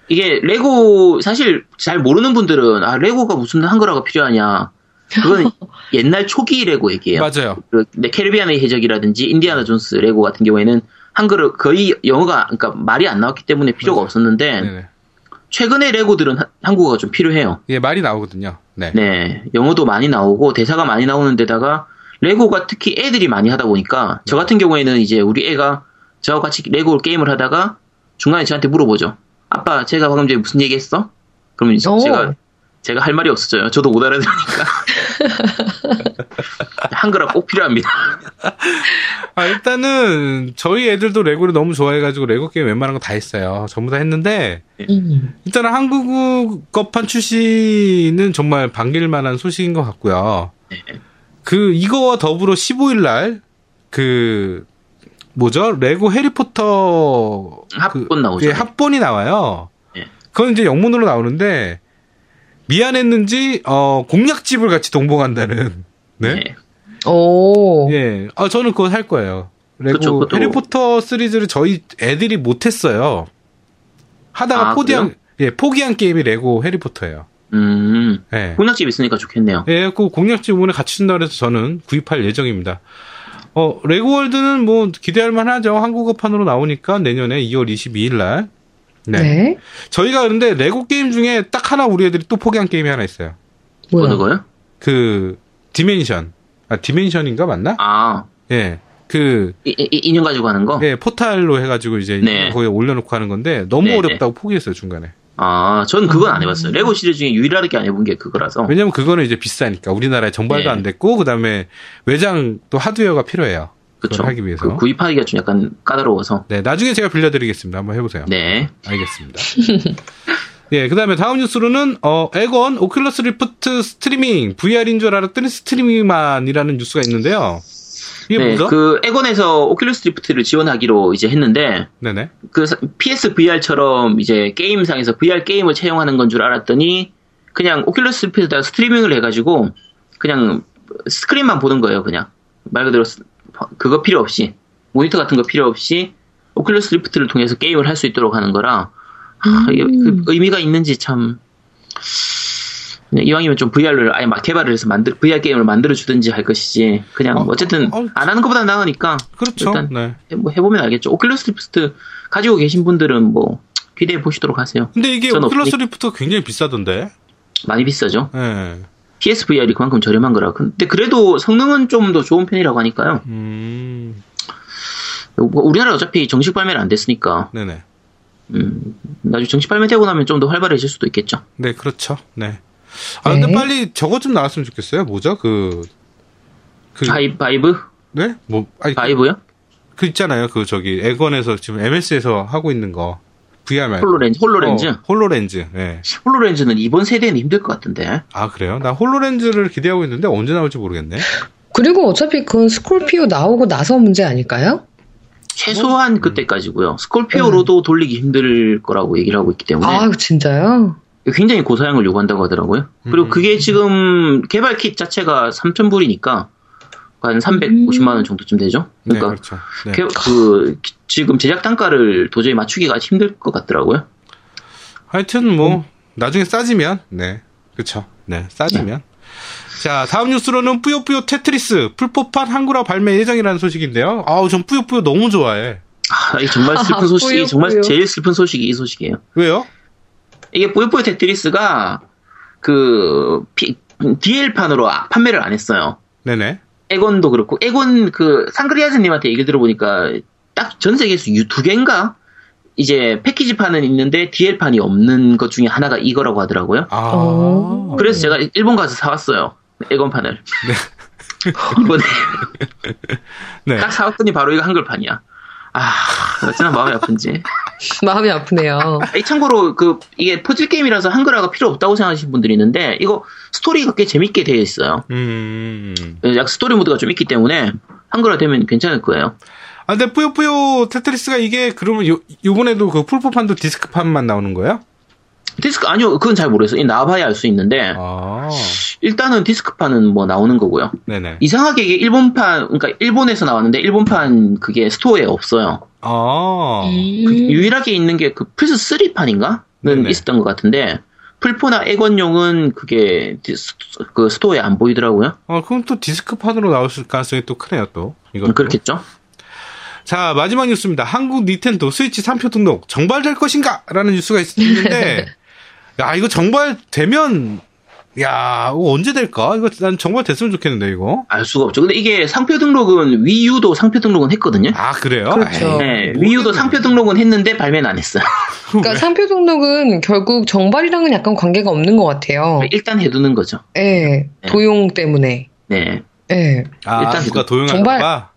C: 이게 레고 사실 잘 모르는 분들은 아 레고가 무슨 한글화가 필요하냐. 그건 옛날 초기 레고 얘기예요.
A: 맞아요.
C: 그, 네, 캐리비안의 해적이라든지 인디아나 존스 레고 같은 경우에는 한글을 거의 영어가 그러니까 말이 안 나왔기 때문에 필요가
A: 맞아요.
C: 없었는데
A: 네네.
C: 최근에 레고들은 하- 한국어가 좀 필요해요.
A: 예, 말이 나오거든요. 네.
C: 네, 영어도 많이 나오고 대사가 많이 나오는 데다가 레고가 특히 애들이 많이 하다 보니까 저 같은 경우에는 이제 우리 애가 저와 같이 레고 게임을 하다가 중간에 저한테 물어보죠. 아빠, 제가 방금 전에 무슨 얘기했어? 그러면 이제
B: 오.
C: 제가 제가 할 말이 없었죠. 저도 못 알아들으니까 한글화 꼭 필요합니다.
A: 아, 일단은 저희 애들도 레고를 너무 좋아해가지고 레고 게임 웬만한 거 다 했어요. 전부 다 했는데
C: 예.
B: 음.
A: 일단은 한국어판 출시는 정말 반길만한 소식인 것 같고요.
C: 네.
A: 그 이거와 더불어 15일 날 그 뭐죠 레고 해리포터
C: 합본
A: 그-
C: 나오죠.
A: 예, 합본이 나와요.
C: 예.
A: 그건 이제 영문으로 나오는데 미안했는지 어 공략집을 같이 동봉한다는 네.
C: 네.
B: 오.
A: 예. 아, 저는 그거 살 거예요. 레고
C: 어? 그쵸, 그것도-
A: 해리포터 시리즈를 저희 애들이 못 했어요. 하다가
C: 아,
A: 포기한 예, 포기한 게임이 레고 해리포터예요.
C: 음,
A: 예.
C: 혼약집 있으니까 좋겠네요.
A: 예, 그 공략집 이번에 같이 준다 그래서 저는 구입할 예정입니다. 어, 레고 월드는 뭐 기대할 만하죠. 한국어판으로 나오니까 내년에 2월 22일 날. 네.
B: 네.
A: 저희가 그런데 레고 게임 중에 딱 하나 우리 애들이 또 포기한 게임이 하나 있어요.
B: 뭐야?
C: 어느 거요?
A: 그 디멘션. 아, 디멘션인가 맞나?
C: 아,
A: 예. 그
C: 이, 이- 인형 가지고 하는 거?
A: 네, 포탈로 해가지고 이제
C: 어. 네.
A: 거기에 올려놓고 하는 건데 너무
C: 네, 네.
A: 어렵다고 포기했어요 중간에.
C: 아, 전 그건
B: 음.
C: 안 해봤어요. 레고 시리즈 중에 유일하게 안 해본 게 그거라서.
A: 왜냐면 그거는 이제 비싸니까 우리나라에 정발도
C: 네.
A: 안 됐고 그다음에 외장 또 하드웨어가 필요해요.
C: 그쵸.
A: 그걸 하기 위해서.
C: 그 구입하기가 좀 약간 까다로워서.
A: 네, 나중에 제가 빌려드리겠습니다. 한번 해보세요.
C: 네.
A: 알겠습니다. 예, 그다음에 다음 뉴스로는 어 에건 오큘러스 리프트 스트리밍 VR인 줄 알았더니 스트리밍만이라는 뉴스가 있는데요. 이게
C: 네,
A: 뭐죠?
C: 그 에곤에서 오큘러스 리프트를 지원하기로 이제 했는데
A: 네네.
C: 그 PSVR처럼 이제 게임상에서 VR 게임을 채용하는 건 줄 알았더니 그냥 오큘러스 리프트에다 스트리밍을 해가지고 그냥 스크린만 보는 거예요, 그냥 말 그대로 스- 그거 필요 없이 모니터 같은 거 필요 없이 오큘러스 리프트를 통해서 게임을 할 수 있도록 하는 거라 하, 이게 그 의미가 있는지 참 그냥 이왕이면 좀 VR을 아예 막 개발을 해서 만들 VR 게임을 만들어 주든지 할 것이지 그냥
A: 어,
C: 어쨌든
A: 어, 어,
C: 안 하는 것보다 나으니까
A: 그렇죠.
C: 일단-
A: 네.
C: 뭐 해보면 알겠죠. 오큘러스 리프트 가지고 계신 분들은 뭐 기대해 보시도록 하세요.
A: 근데 이게
C: 저는
A: 오큘러스 리프트가 굉장히 비싸던데.
C: 많이 비싸죠.
A: 예.
C: PSVR이 그만큼 저렴한 거라. 근데 그래도 성능은 좀 더 좋은 편이라고 하니까요.
A: 음.
C: 뭐 우리나라 어차피 정식 발매는 안 됐으니까
A: 네네.
C: 음, 나중에 정식 발매되고 나면 좀 더 활발해질 수도 있겠죠.
A: 네, 그렇죠. 네. 아, 근데
B: 네.
A: 빨리 저거 좀 나왔으면 좋겠어요. 뭐죠? 그, 그,
C: 바이, 바이브?
A: 네? 뭐, 아니, 그-
C: 바이브요?
A: 그 있잖아요. 그, 저기, 에건에서 지금 MS에서 하고 있는 거. VR 말고.
C: 홀로렌즈? 홀로렌즈?
A: 네. 어, 홀로렌즈. 예.
C: 홀로렌즈는 이번 세대에는 힘들 것 같은데.
A: 아, 그래요? 나 홀로렌즈를 기대하고 있는데 언제 나올지 모르겠네.
B: 그리고 어차피 그건 스콜피오 나오고 나서 문제 아닐까요?
C: 최소한
A: 음.
C: 그때까지고요. 스콜피오로도 돌리기 힘들 거라고 얘기를 하고 있기 때문에.
B: 아, 진짜요?
C: 굉장히 고사양을 요구한다고 하더라고요. 그리고
A: 음.
C: 그게 지금 개발 킷 자체가 3,000불이니까 한 350만원 정도쯤 되죠?
A: 네,
C: 그러니까
A: 그렇죠. 네.
C: 개- 그 기- 지금 제작 단가를 도저히 맞추기가 힘들 것 같더라고요.
A: 하여튼
C: 음.
A: 뭐 나중에 싸지면 네 그쵸 네 싸지면 자 다음 뉴스로는 뿌요뿌요 테트리스 풀포판 한글화 발매 예정이라는 소식인데요 아우 전 뿌요뿌요 너무 좋아해
C: 아, 이 정말 슬픈
B: 아,
C: 소식이, 정말
B: 뿌요.
C: 제일 슬픈 소식이 이 소식이에요.
A: 왜요
C: 이게 뿌요뿌요 테트리스가 그 DL판으로 판매를 안 했어요.
A: 네네
C: 에곤도 그렇고 에곤 그 상그리아스님한테 얘기 들어보니까 딱 전 세계에서 유- 두 개인가 이제 패키지판은 있는데 DL판이 없는 것 중에 하나가 이거라고 하더라고요.
A: 아
B: 어.
C: 그래서 제가 일본 가서 사왔어요. 에곤판을. 이번에
A: 네.
C: 딱 사왔더니 바로 이거 한글판이야. 아, 어찌나 마음이 아픈지.
B: 마음이 아프네요.
C: 이 참고로 그 이게 포즐 게임이라서 한글화가 필요 없다고 생각하시는 분들이 있는데 이거 스토리가 꽤 재밌게 되어 있어요.
A: 음.
C: 약 스토리 모드가 좀 있기 때문에 한글화 되면 괜찮을 거예요.
A: 아, 근데 뿌요뿌요 테트리스가 이게 그러면 요, 요번에도 그 풀포판도 디스크판만 나오는 거예요?
C: 디스크 아니요 그건 잘 모르겠어요. 이 나와봐야 알 수 있는데
A: 아,
C: 일단은 디스크판은 뭐 나오는 거고요.
A: 네네.
C: 이상하게 이게 일본판 그러니까 일본에서 나왔는데 일본판 그게 스토어에 없어요.
A: 아,
C: 그 유일하게 있는 게 그 플스 3 판인가는 그
A: 네네.
C: 있었던 것 같은데 풀포나 액원용은 그게 디스- 그 스토어에 안 보이더라고요.
A: 아, 그럼 또 디스크판으로 나올 수- 가능성이 또 크네요, 또. 이것도.
C: 음, 그렇겠죠.
A: 자, 마지막 뉴스입니다. 한국 닌텐도 스위치 3표 등록 정발될 것인가? 라는 뉴스가 있- 있는데, 야, 이거 정발되면 야, 이거 언제 될까? 이거 난 정말 됐으면 좋겠는데 이거.
C: 알 수가 없죠. 근데 이게 상표 등록은 위유도 상표 등록은 했거든요.
A: 아 그래요?
B: 그렇죠.
C: 네,
A: 모르겠네.
C: 위유도 상표 등록은 했는데 발매는 안 했어.
B: 그러니까 상표 등록은 결국 정발이랑은 약간 관계가 없는 것
A: 어.
B: 같아요.
C: 일단 해두는 거죠.
B: 예,
C: 네.
B: 도용 때문에.
C: 네.
B: 예.
A: 아
C: 일단
A: 누가
B: 정말-
A: 도용할까봐.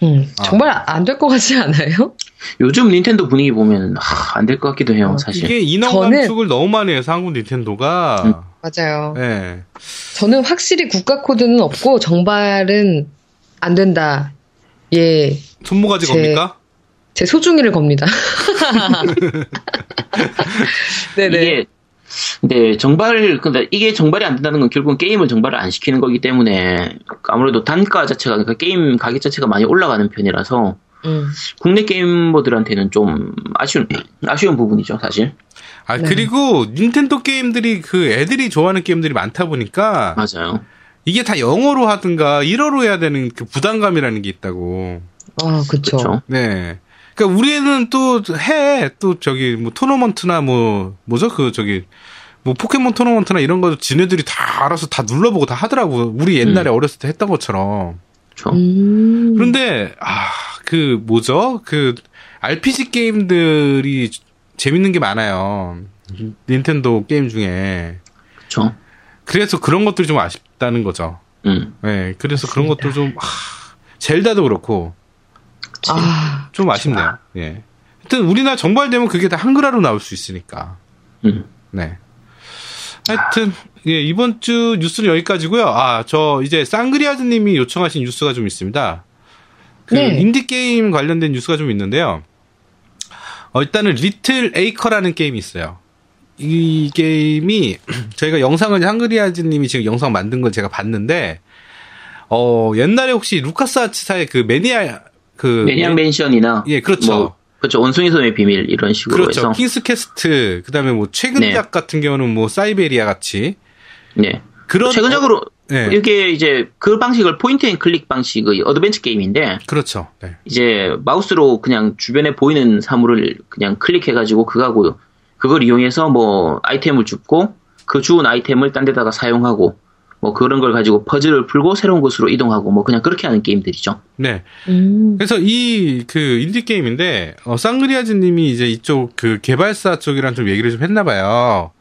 B: 음,
A: 아.
B: 정말 안 될 것 같지 않아요?
C: 요즘 닌텐도 분위기 보면 안 될 것 같기도
B: 아,
C: 해요, 사실.
A: 이게 인원
B: 저는-
A: 감축을 너무 많이 해서 한국 닌텐도가.
C: 음.
B: 맞아요.
A: 예.
B: 저는 확실히 국가 코드는 없고 정발은 안 된다. 예,
A: 손모가지
B: 제-
A: 겁니까?
B: 제 소중이를 겁니다. 네네.
C: 이게 근데 정발을 근데 이게 정발이 안 된다는 건 결국은 게임을 정발을 안 시키는 거기 때문에 아무래도 단가 자체가 그러니까 게임 가격 자체가 많이 올라가는 편이라서
B: 음.
C: 국내 게이머들한테는 좀 아쉬운 아쉬운 부분이죠 사실
A: 아
B: 네.
A: 그리고 닌텐도 게임들이 그 애들이 좋아하는 게임들이 많다 보니까
C: 맞아요
A: 이게 다 영어로 하든가 일어로 해야 되는 그 부담감이라는 게 있다고.
B: 아, 그쵸.
C: 그렇죠
A: 네. 그러니까 우리 애는 또 해. 또 저기 뭐 토너먼트나 뭐 뭐죠? 그 저기 뭐 포켓몬 토너먼트나 이런 거 지네들이 다 알아서 다 눌러보고 다 하더라고. 우리
C: 음.
A: 옛날에 어렸을 때 했던 것처럼.
C: 그렇죠
B: 음.
A: 그런데 아 그 뭐죠? 그 RPG 게임들이 재밌는 게 많아요. 닌텐도 게임 중에.
C: 그렇죠
A: 그래서 그런 것들이 좀 아쉽다는 거죠.
C: 음
A: 네. 그래서 그런 것도 좀 아, 젤다도 그렇고
B: 아,
A: 좀 아쉽네요. 예. 하여튼 우리나라 정발되면 그게 다 한글화로 나올 수 있으니까.
C: 음.
A: 네. 하여튼 예, 이번 주 뉴스는 여기까지고요. 아, 저 이제 쌍그리아드 님이 요청하신 뉴스가 좀 있습니다. 그
B: 네.
A: 인디 게임 관련된 뉴스가 좀 있는데요. 어, 일단은 리틀 에이커라는 게임이 있어요. 이 게임이 저희가 영상을 한그리아즈 님이 지금 영상 만든 건 제가 봤는데 어, 옛날에 혹시 루카스 아츠사의 그 매니아 그
C: 매니아 맨션이나
A: 예, 그렇죠.
C: 뭐, 그렇죠 온숭이 소녀의 비밀 이런 식으로
A: 그렇죠.
C: 해서
A: 킹스 캐스트, 그 다음에 뭐 최근작 같은 경우는 뭐 사이베리아 같이.
C: 네
A: 그런.
C: 최근적으로
A: 네.
C: 이게 이제 그 방식을 포인트 앤 클릭 방식의 어드벤처 게임인데
A: 그렇죠. 네.
C: 이제 마우스로 그냥 주변에 보이는 사물을 그냥 클릭해가지고 그거하고 그걸 이용해서 뭐 아이템을 줍고 그 주운 아이템을 딴 데다가 사용하고 뭐 그런 걸 가지고 퍼즐을 풀고 새로운 곳으로 이동하고 뭐 그냥 그렇게 하는 게임들이죠.
A: 네.
B: 음.
A: 그래서 이 그 인디 게임인데 어, 쌍그리아즈님이 이제 이쪽 그 개발사 쪽이랑 좀 얘기를 좀 했나봐요.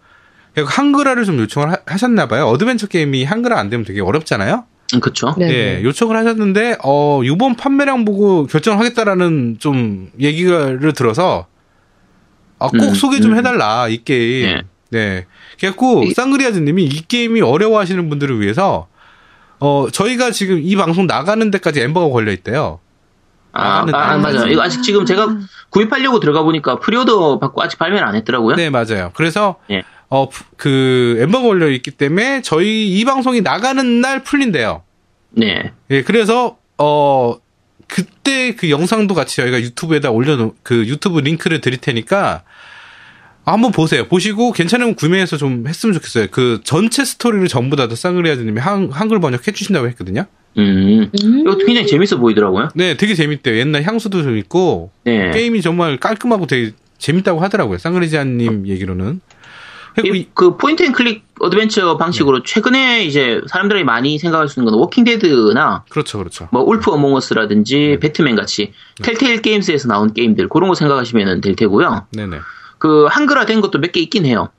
A: 한글화를 좀 요청을 하- 하셨나봐요. 어드벤처 게임이 한글화 안 되면 되게 어렵잖아요.
C: 음, 그쵸?
B: 네.
A: 예, 요청을 하셨는데 어 이번 판매량 보고 결정하겠다라는 좀 얘기를 들어서 아, 꼭
C: 음,
A: 소개 좀
C: 음.
A: 해달라 이 게임.
C: 예.
A: 네. 그래갖고
C: 이-
A: 쌍그리아즈님이 이 게임이 어려워하시는 분들을 위해서 어 저희가 지금 이 방송 나가는 데까지 엠버가 걸려 있대요.
C: 아,
A: 아, 네,
C: 아,
A: 네,
C: 맞아요.
A: 맞아요.
C: 이거 아직 지금 제가 구입하려고 들어가 보니까 프리오더 받고 아직 발매를 안 했더라고요.
A: 네 맞아요. 그래서 어,
C: 예.
A: 어그 엠버가 걸려 있기 때문에 저희 이 방송이 나가는 날 풀린대요.
C: 네.
A: 예, 그래서 어 그때 그 영상도 같이 저희가 유튜브에다 올려놓 그 유튜브 링크를 드릴 테니까 한번 보세요. 보시고 괜찮으면 구매해서 좀 했으면 좋겠어요. 그 전체 스토리를 전부 다 쌍그리아드님이 한, 한글 번역해 주신다고 했거든요.
C: 음.
B: 음.
C: 이거 굉장히 재밌어 보이더라고요.
A: 네, 되게 재밌대요. 옛날 향수도 좀 있고
C: 네.
A: 게임이 정말 깔끔하고 되게 재밌다고 하더라고요.
C: 음.
A: 쌍그리아드님 얘기로는. 그리고
C: 이-
A: 이- 네.
C: 그 포인트 앤 클릭 어드벤처 방식으로 최근에 이제 사람들이 많이 생각할 수 있는 건 워킹 데드나
A: 그렇죠, 그렇죠.
C: 뭐 울프 어몽어스라든지 배트맨 같이 텔테일 게임스에서 나온 게임들 그런 거 생각하시면 될 테고요.
A: 네네.
C: 그 한글화 된 것도 몇 개 있긴 해요.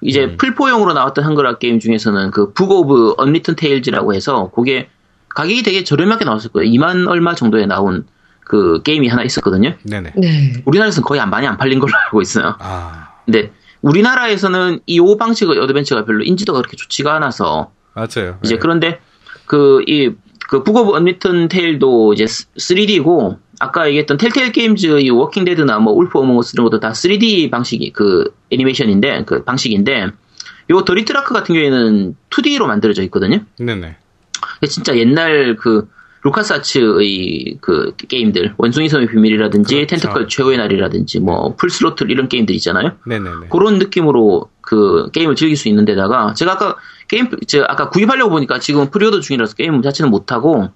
C: 이제 풀포용으로 나왔던 한글화 게임 중에서는 그 북오브 언리튼 테일즈라고 해서 그게 가격이 되게 저렴하게 나왔을 거예요. 2만 얼마 정도에 나온 그 게임이 하나 있었거든요.
A: 네네.
B: 네.
C: 우리나라에서는 거의 안- 많이 안 팔린 걸로 알고 있어요.
A: 아,
C: 근데 우리나라에서는 이 오 방식의 어드벤처가 별로 인지도가 그렇게 좋지가 않아서
A: 맞아요.
C: 이제
A: 네. 그렇죠.
C: 그런데 그 이 그 북 오브 언리튼 테일도 이제 3D고 아까 얘기했던 텔테일 게임즈의 워킹 데드나 뭐 울프 어몽어스 이런 것도 다 3D 방식이 그 애니메이션인데 그 방식인데 요 더리트라크 같은 경우에는 2D로 만들어져 있거든요.
A: 네네.
C: 근데 진짜 옛날 그 루카사츠의 그 게임들 원숭이 섬의 비밀이라든지
A: 그렇죠.
C: 텐트컬 최후의 날이라든지 뭐 풀스로틀 이런 게임들 있잖아요.
A: 네네네.
C: 그런 느낌으로 그 게임을 즐길 수 있는데다가 제가 아까 게임 제가 아까 구입하려고 보니까 지금 프리오더 중이라서 게임 자체는 못 하고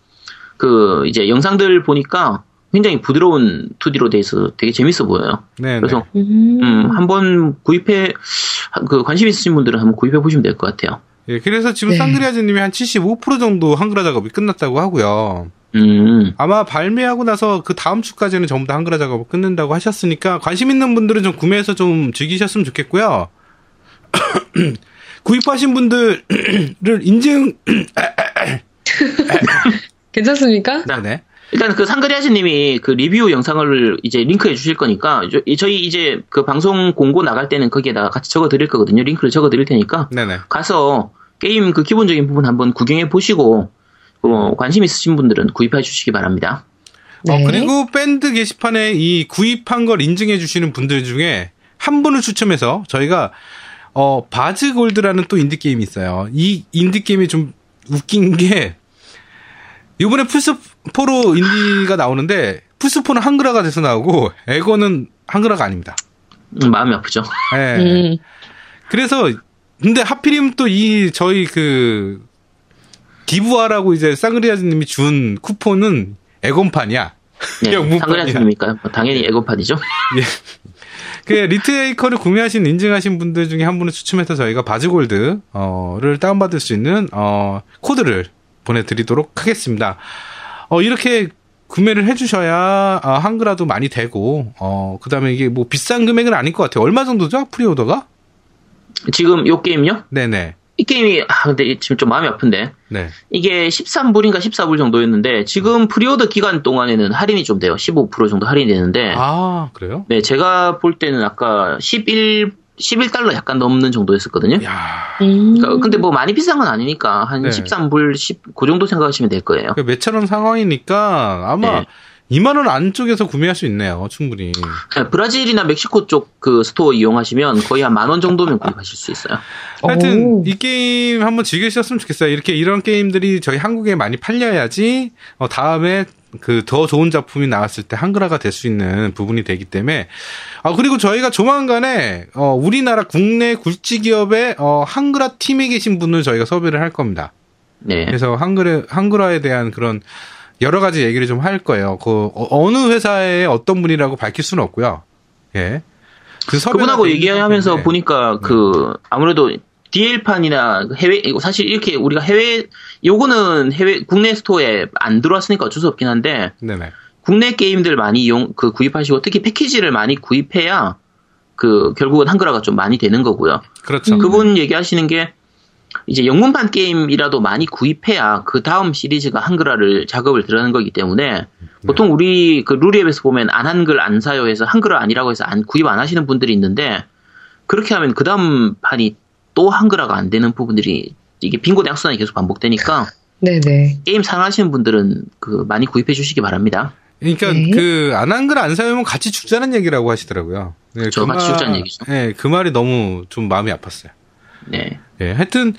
C: 그 이제 영상들 보니까 굉장히 부드러운 2D로 돼 있어서 되게 재밌어 보여요.
A: 네네.
C: 그래서
B: 음.
C: 음, 한번 구입해 그 관심 있으신 분들은 한번 구입해 보시면 될 것 같아요.
A: 예, 그래서 지금
B: 네.
A: 쌍그리아즈님이 한 75% 정도 한글화 작업이 끝났다고 하고요.
C: 음,
A: 아마 발매하고 나서 그 다음 주까지는 전부 다 한글화 작업을 끝낸다고 하셨으니까 관심 있는 분들은 좀 구매해서 좀 즐기셨으면 좋겠고요. 구입하신 분들을 인증
B: 괜찮습니까?
A: 네.
C: 일단 그 상그리아즈님이 그 리뷰 영상을 이제 링크해 주실 거니까 저- 저희 이제 그 방송 공고 나갈 때는 거기에다가 같이 적어 드릴 거거든요. 링크를 적어 드릴 테니까
A: 네네.
C: 가서 게임 그 기본적인 부분 한번 구경해 보시고 어, 관심 있으신 분들은 구입해 주시기 바랍니다.
A: 어,
B: 네.
A: 그리고 밴드 게시판에 이 구입한 걸 인증해 주시는 분들 중에 한 분을 추첨해서 저희가 어 바즈 골드라는 또 인디 게임이 있어요. 이 인디 게임이 좀 웃긴 게 이번에 플스 4로 인디가 나오는데 플스 4는 한글화가 돼서 나오고 에고는 한글화가 아닙니다.
C: 음, 마음이 아프죠.
A: 예.
B: 음,
A: 그래서 근데 하필이면 또 이 저희 그 기부하라고 이제 쌍그리아즈님이 준 쿠폰은 에곤판이야.
C: 네,
A: 영문판이야. 네.
C: 상그리아즈님이니까 뭐 당연히 에고판이죠.
A: 그 리트에이커를 구매하신 인증하신 분들 중에 한 분을 추첨해서 저희가 바즈골드 어를 다운받을 수 있는 어 코드를 보내드리도록 하겠습니다. 어 이렇게 구매를 해주셔야 아, 한글화도 많이 되고 어 그다음에 이게 뭐 비싼 금액은 아닐 것 같아요. 얼마 정도죠 프리오더가?
C: 지금 요 게임요?
A: 네네
C: 이 게임이 아 근데 지금 좀 마음이 아픈데
A: 네.
C: 이게 13불인가 14불 정도였는데 지금 프리오더 기간 동안에는 할인이 좀 돼요. 15% 정도 할인이 되는데
A: 아 그래요?
C: 네, 제가 볼 때는 아까 11, 11달러 약간 넘는 정도였었거든요.
A: 야
B: 음.
C: 그러니까 근데 뭐 많이 비싼 건 아니니까 한
A: 네.
C: 13불, 10, 그 정도 생각하시면 될 거예요.
A: 그 매처럼 상황이니까 아마
C: 네.
A: 2만 원 안쪽에서 구매할 수 있네요 충분히.
C: 브라질이나 멕시코 쪽 그 스토어 이용하시면 거의 한 만 원 정도면 구입하실 수 있어요.
A: 하여튼
B: 오.
A: 이 게임 한번 즐기셨으면 좋겠어요. 이렇게 이런 게임들이 저희 한국에 많이 팔려야지 어, 다음에 그 더 좋은 작품이 나왔을 때 한글화가 될 수 있는 부분이 되기 때문에 아 그리고 저희가 조만간에 어, 우리나라 국내 굴지 기업의 어, 한글화 팀에 계신 분을 저희가 섭외를 할 겁니다.
C: 네.
A: 그래서 한글 한글화에 대한 그런 여러 가지 얘기를 좀 할 거예요. 그 어- 어느 회사의 어떤 분이라고 밝힐 수는 없고요. 예. 그 섭외가 네.
C: 그분하고
A: 돼 있는
C: 얘기하면서
A: 분인데.
C: 보니까 그 아무래도 DL판이나 해외 이거 사실 이렇게 우리가 해외 요거는 해외 국내 스토어에 안 들어왔으니까 어쩔 수 없긴 한데
A: 네네.
C: 국내 게임들 많이 이용 그 구입하시고 특히 패키지를 많이 구입해야 그 결국은 한글화가 좀 많이 되는 거고요.
A: 그렇죠.
C: 그분 얘기하시는 게 이제 영문판 게임이라도 많이 구입해야 그 다음 시리즈가 한글화를 작업을 들어가는 거기 때문에 보통 우리 그 루리앱에서 보면 안 한글 안 사요 해서 한글화 아니라고 해서 안 구입 안 하시는 분들이 있는데 그렇게 하면 그 다음 판이 또 한글화가 안 되는 부분들이 이게 빈곤 약수단이 계속 반복되니까
B: 네네.
C: 게임 사랑하시는 분들은 그 많이 구입해 주시기 바랍니다.
A: 그러니까
B: 네.
A: 그 안한글 안 사용은 같이 죽자는 얘기라고 하시더라고요. 네,
C: 그쵸, 같이 죽자는 얘기죠.
A: 네, 그 말이 너무 좀 마음이 아팠어요.
C: 네.
A: 예, 하여튼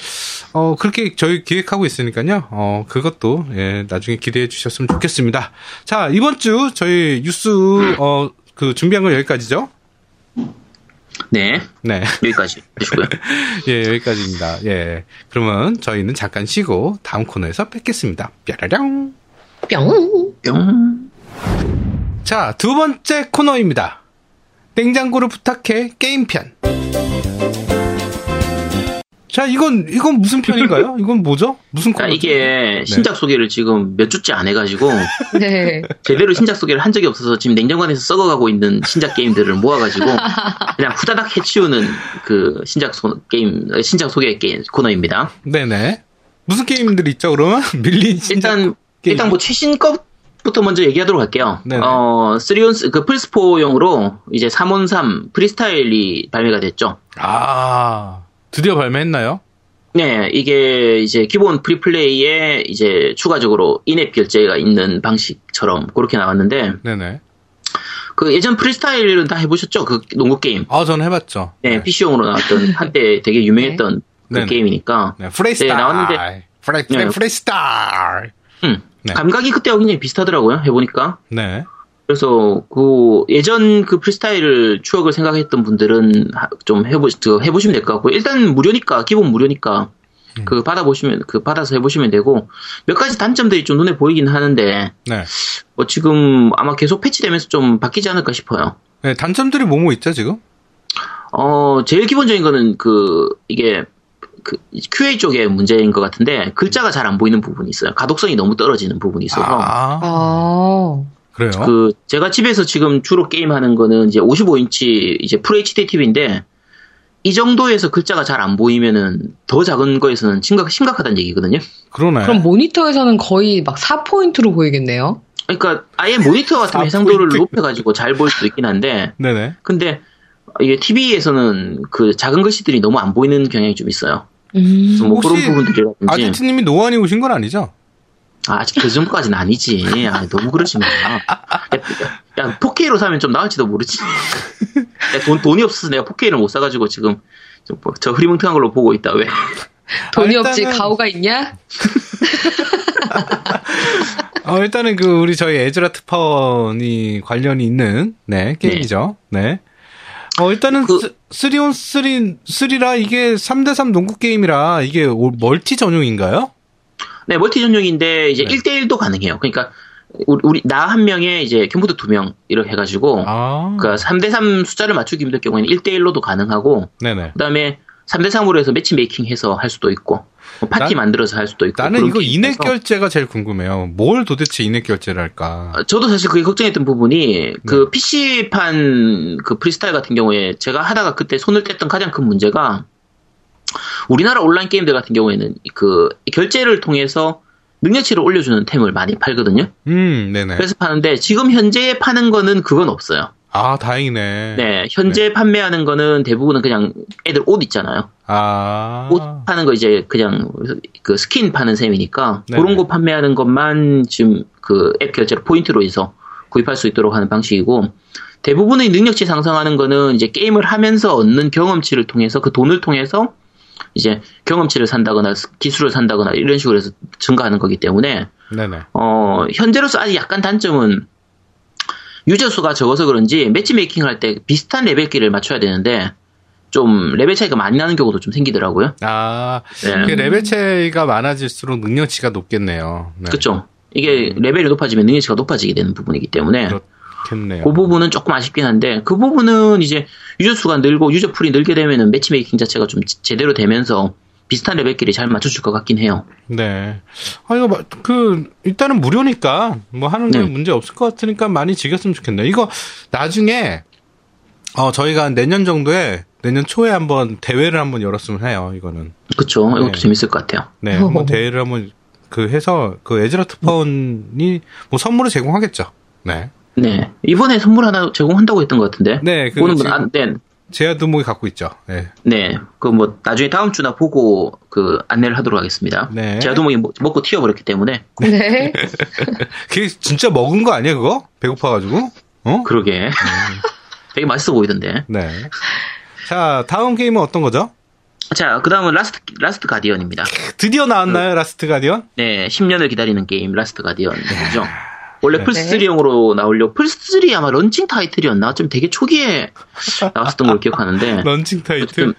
A: 어 그렇게 저희 기획하고 있으니까요. 어 그것도 예, 나중에 기대해 주셨으면 좋겠습니다. 자, 이번 주 저희 뉴스 어 그 준비한 건 여기까지죠?
C: 네.
A: 네.
C: 여기까지 해주고요.
A: 예, 여기까지입니다. 예. 그러면 저희는 잠깐 쉬고 다음 코너에서 뵙겠습니다. 뾰라량.
B: 뿅.
C: 뿅.
A: 자, 두 번째 코너입니다. 냉장고를 부탁해 게임 편. 자, 이건 이건 무슨 편인가요? 이건 뭐죠? 무슨
C: 자,
A: 코너?
C: 이게 신작 소개를 지금 몇 주째 안 해가지고
B: 네.
C: 제대로 신작 소개를 한 적이 없어서 지금 냉장고 안에서 썩어가고 있는 신작 게임들을 모아가지고 그냥 후다닥 해치우는 그 신작 소, 게임 신작 소개 게임 코너입니다.
A: 네네. 무슨 게임들이 있죠? 그러면 밀린 신작
C: 일단
A: 게임.
C: 일단 뭐 최신 것부터 먼저 얘기하도록 할게요.
A: 네네.
C: 어, 쓰리온스 그 플스4용으로 이제 3온3 프리스타일이 발매가 됐죠.
A: 아 드디어 발매했나요?
C: 네, 이게 이제 기본 프리플레이에 이제 추가적으로 인앱 결제가 있는 방식처럼 그렇게 나왔는데
A: 네네.
C: 그 예전 프리스타일은 다 해보셨죠? 그 농구 게임.
A: 아 저는 해봤죠.
C: 네, PC용으로 나왔던 한때 되게 유명했던 그
A: 네네.
C: 게임이니까
A: 네, 프레이스타.
C: 네, 나왔는데-
A: 프레
C: 네.
A: 프레 프레이스타.
C: 음,
A: 네.
C: 감각이 그때와 굉장히 비슷하더라고요. 해보니까.
A: 네.
C: 그래서 그 예전 그 프리스타일을 추억을 생각했던 분들은 하- 좀 해보 그 해보시면 될 것 같고 일단 무료니까 기본 무료니까
A: 음.
C: 그 받아보시면 그 받아서 해보시면 되고 몇 가지 단점들이 좀 눈에 보이긴 하는데
A: 네.
C: 뭐 지금 아마 계속 패치되면서 좀 바뀌지 않을까 싶어요.
A: 네, 단점들이 뭐뭐 있죠 지금?
C: 어, 제일 기본적인 거는 그, 이게, 그 QA 쪽의 문제인 것 같은데 글자가 잘 안 보이는 부분이 있어요. 가독성이 너무 떨어지는 부분이 있어서
A: 아, 어?
B: 아,
A: 그래요?
C: 그 제가 집에서 지금 주로 게임하는 거는 이제 55인치 이제 FHD TV인데 이 정도에서 글자가 잘 안 보이면은 더 작은 거에서는 심각 심각하다는 얘기거든요.
A: 그러네.
B: 그럼 모니터에서는 거의 막 4포인트로 보이겠네요?
C: 그러니까 아예 모니터 같은
A: 아,
C: 해상도를
A: 포인트.
C: 높여가지고 잘 볼 수도 있긴 한데
A: 네네.
C: 근데 이게 TV에서는 그 작은 글씨들이 너무 안 보이는 경향이 좀 있어요.
B: 음.
C: 그래서 뭐
A: 혹시
C: 그런 부분들이라든지
A: 아지트님이 노안이 오신 건 아니죠?
C: 아, 직그 정도까지는 아니지. 아, 너무 그러지 마. 야, 야, 4K로 사면 좀 나을지도 모르지. 야, 돈, 돈이 없어서 내가 4K를 못 사가지고 지금 저, 뭐- 저 흐리멍텅한 걸로 보고 있다. 왜?
B: 돈이
A: 일단은-
B: 없지 가오가 있냐?
A: 어, 일단은 그 우리 저희 에즈라 특파원이 관련이 있는 네 게임이죠. 네. 어 일단은
C: 그-
A: 쓰- 쓰리온 쓰리 쓰리라 이게 3대3 농구 게임이라 이게 오- 멀티 전용인가요?
C: 네, 멀티 전용인데
A: 네.
C: 이제 1대1도 가능해요. 그러니까 우리, 나 한 명에 이제 컴퓨터 두 명 이렇게 해가지고
A: 아,
C: 그러니까 3대3 숫자를 맞추기 힘들 경우에는 1대1로도 가능하고
A: 네네.
C: 그다음에 3대3으로 해서 매치 메이킹 해서 할 수도 있고 뭐 파티
A: 난-
C: 만들어서 할 수도 있고
A: 나는
C: 그런
A: 이거
C: 게임이라서.
A: 인액 결제가 제일 궁금해요. 뭘 도대체 인액 결제를 할까?
C: 아, 저도 사실 그게 걱정했던 부분이
A: 네.
C: 그 PC판 그 프리스타일 같은 경우에 제가 하다가 그때 손을 뗐던 가장 큰 문제가 우리나라 온라인 게임들 같은 경우에는 그 결제를 통해서 능력치를 올려주는 템을 많이 팔거든요.
A: 음, 네네.
C: 그래서 파는데 지금 현재 파는 거는 그건 없어요.
A: 아, 다행이네.
C: 네, 현재 판매하는 거는 대부분은 그냥 애들 옷 있잖아요.
A: 아,
C: 옷 파는 거 이제 그냥 그 스킨 파는 셈이니까
A: 네네.
C: 그런 거 판매하는 것만 지금 그 앱 결제로 포인트로 해서 구입할 수 있도록 하는 방식이고 대부분의 능력치 상승하는 거는 이제 게임을 하면서 얻는 경험치를 통해서 그 돈을 통해서 이제 경험치를 산다거나 스- 기술을 산다거나 이런 식으로 해서 증가하는 거기 때문에
A: 네네.
C: 어, 현재로서 아직 약간 단점은 유저 수가 적어서 그런지 매치메이킹 할 때 비슷한 레벨끼를 맞춰야 되는데 좀 레벨 차이가 많이 나는 경우도 좀 생기더라고요.
A: 아,
C: 네.
A: 그 레벨 차이가 많아질수록 능력치가 높겠네요. 네.
C: 그쵸. 이게 레벨이 높아지면 능력치가 높아지게 되는 부분이기 때문에
A: 그렇겠네요.
C: 그 부분은 조금 아쉽긴 한데 그 부분은 이제 유저 수가 늘고 유저 풀이 늘게 되면은 매치메이킹 자체가 좀 지- 제대로 되면서 비슷한 레벨끼리 잘 맞춰줄 것 같긴 해요.
A: 네. 아, 이거, 마- 그, 일단은 무료니까, 뭐 하는 게
C: 네.
A: 문제 없을 것 같으니까 많이 즐겼으면 좋겠네요. 이거, 나중에, 어, 저희가 내년 정도에, 내년 초에 한번 대회를 한번 열었으면 해요, 이거는.
C: 그쵸. 이것도
A: 네.
C: 재밌을 것 같아요.
A: 네. 한번 대회를 한번, 그, 해서, 그, 에즈라 특파원이, 뭐, 선물을 제공하겠죠. 네.
C: 네. 이번에 선물 하나 제공한다고 했던 것 같은데.
A: 네, 그,
C: 보는 건
A: 지금
C: 안, 네,
A: 제아두목이 갖고 있죠. 네.
C: 네, 그 뭐 나중에 다음 주나 보고 그 안내를 하도록 하겠습니다.
A: 네.
C: 제가 도목이 뭐, 먹- 먹고 튀어버렸기 때문에
B: 네.
A: 그게 진짜 먹은 거 아니야, 그거? 배고파가지고? 어?
C: 그러게 되게 맛있어 보이던데.
A: 네. 자, 다음 게임은 어떤 거죠?
C: 자, 그 다음은 라스트 라스트 가디언입니다.
A: 드디어 나왔나요, 라스트 가디언?
C: 네, 10년을 기다리는 게임 라스트 가디언이죠. 원래
A: 네.
C: 플스 3용으로 나오려고 플스 3 아마 런칭 타이틀이었나 좀 되게 초기에 나왔었던 걸 기억하는데.
A: 런칭 타이틀?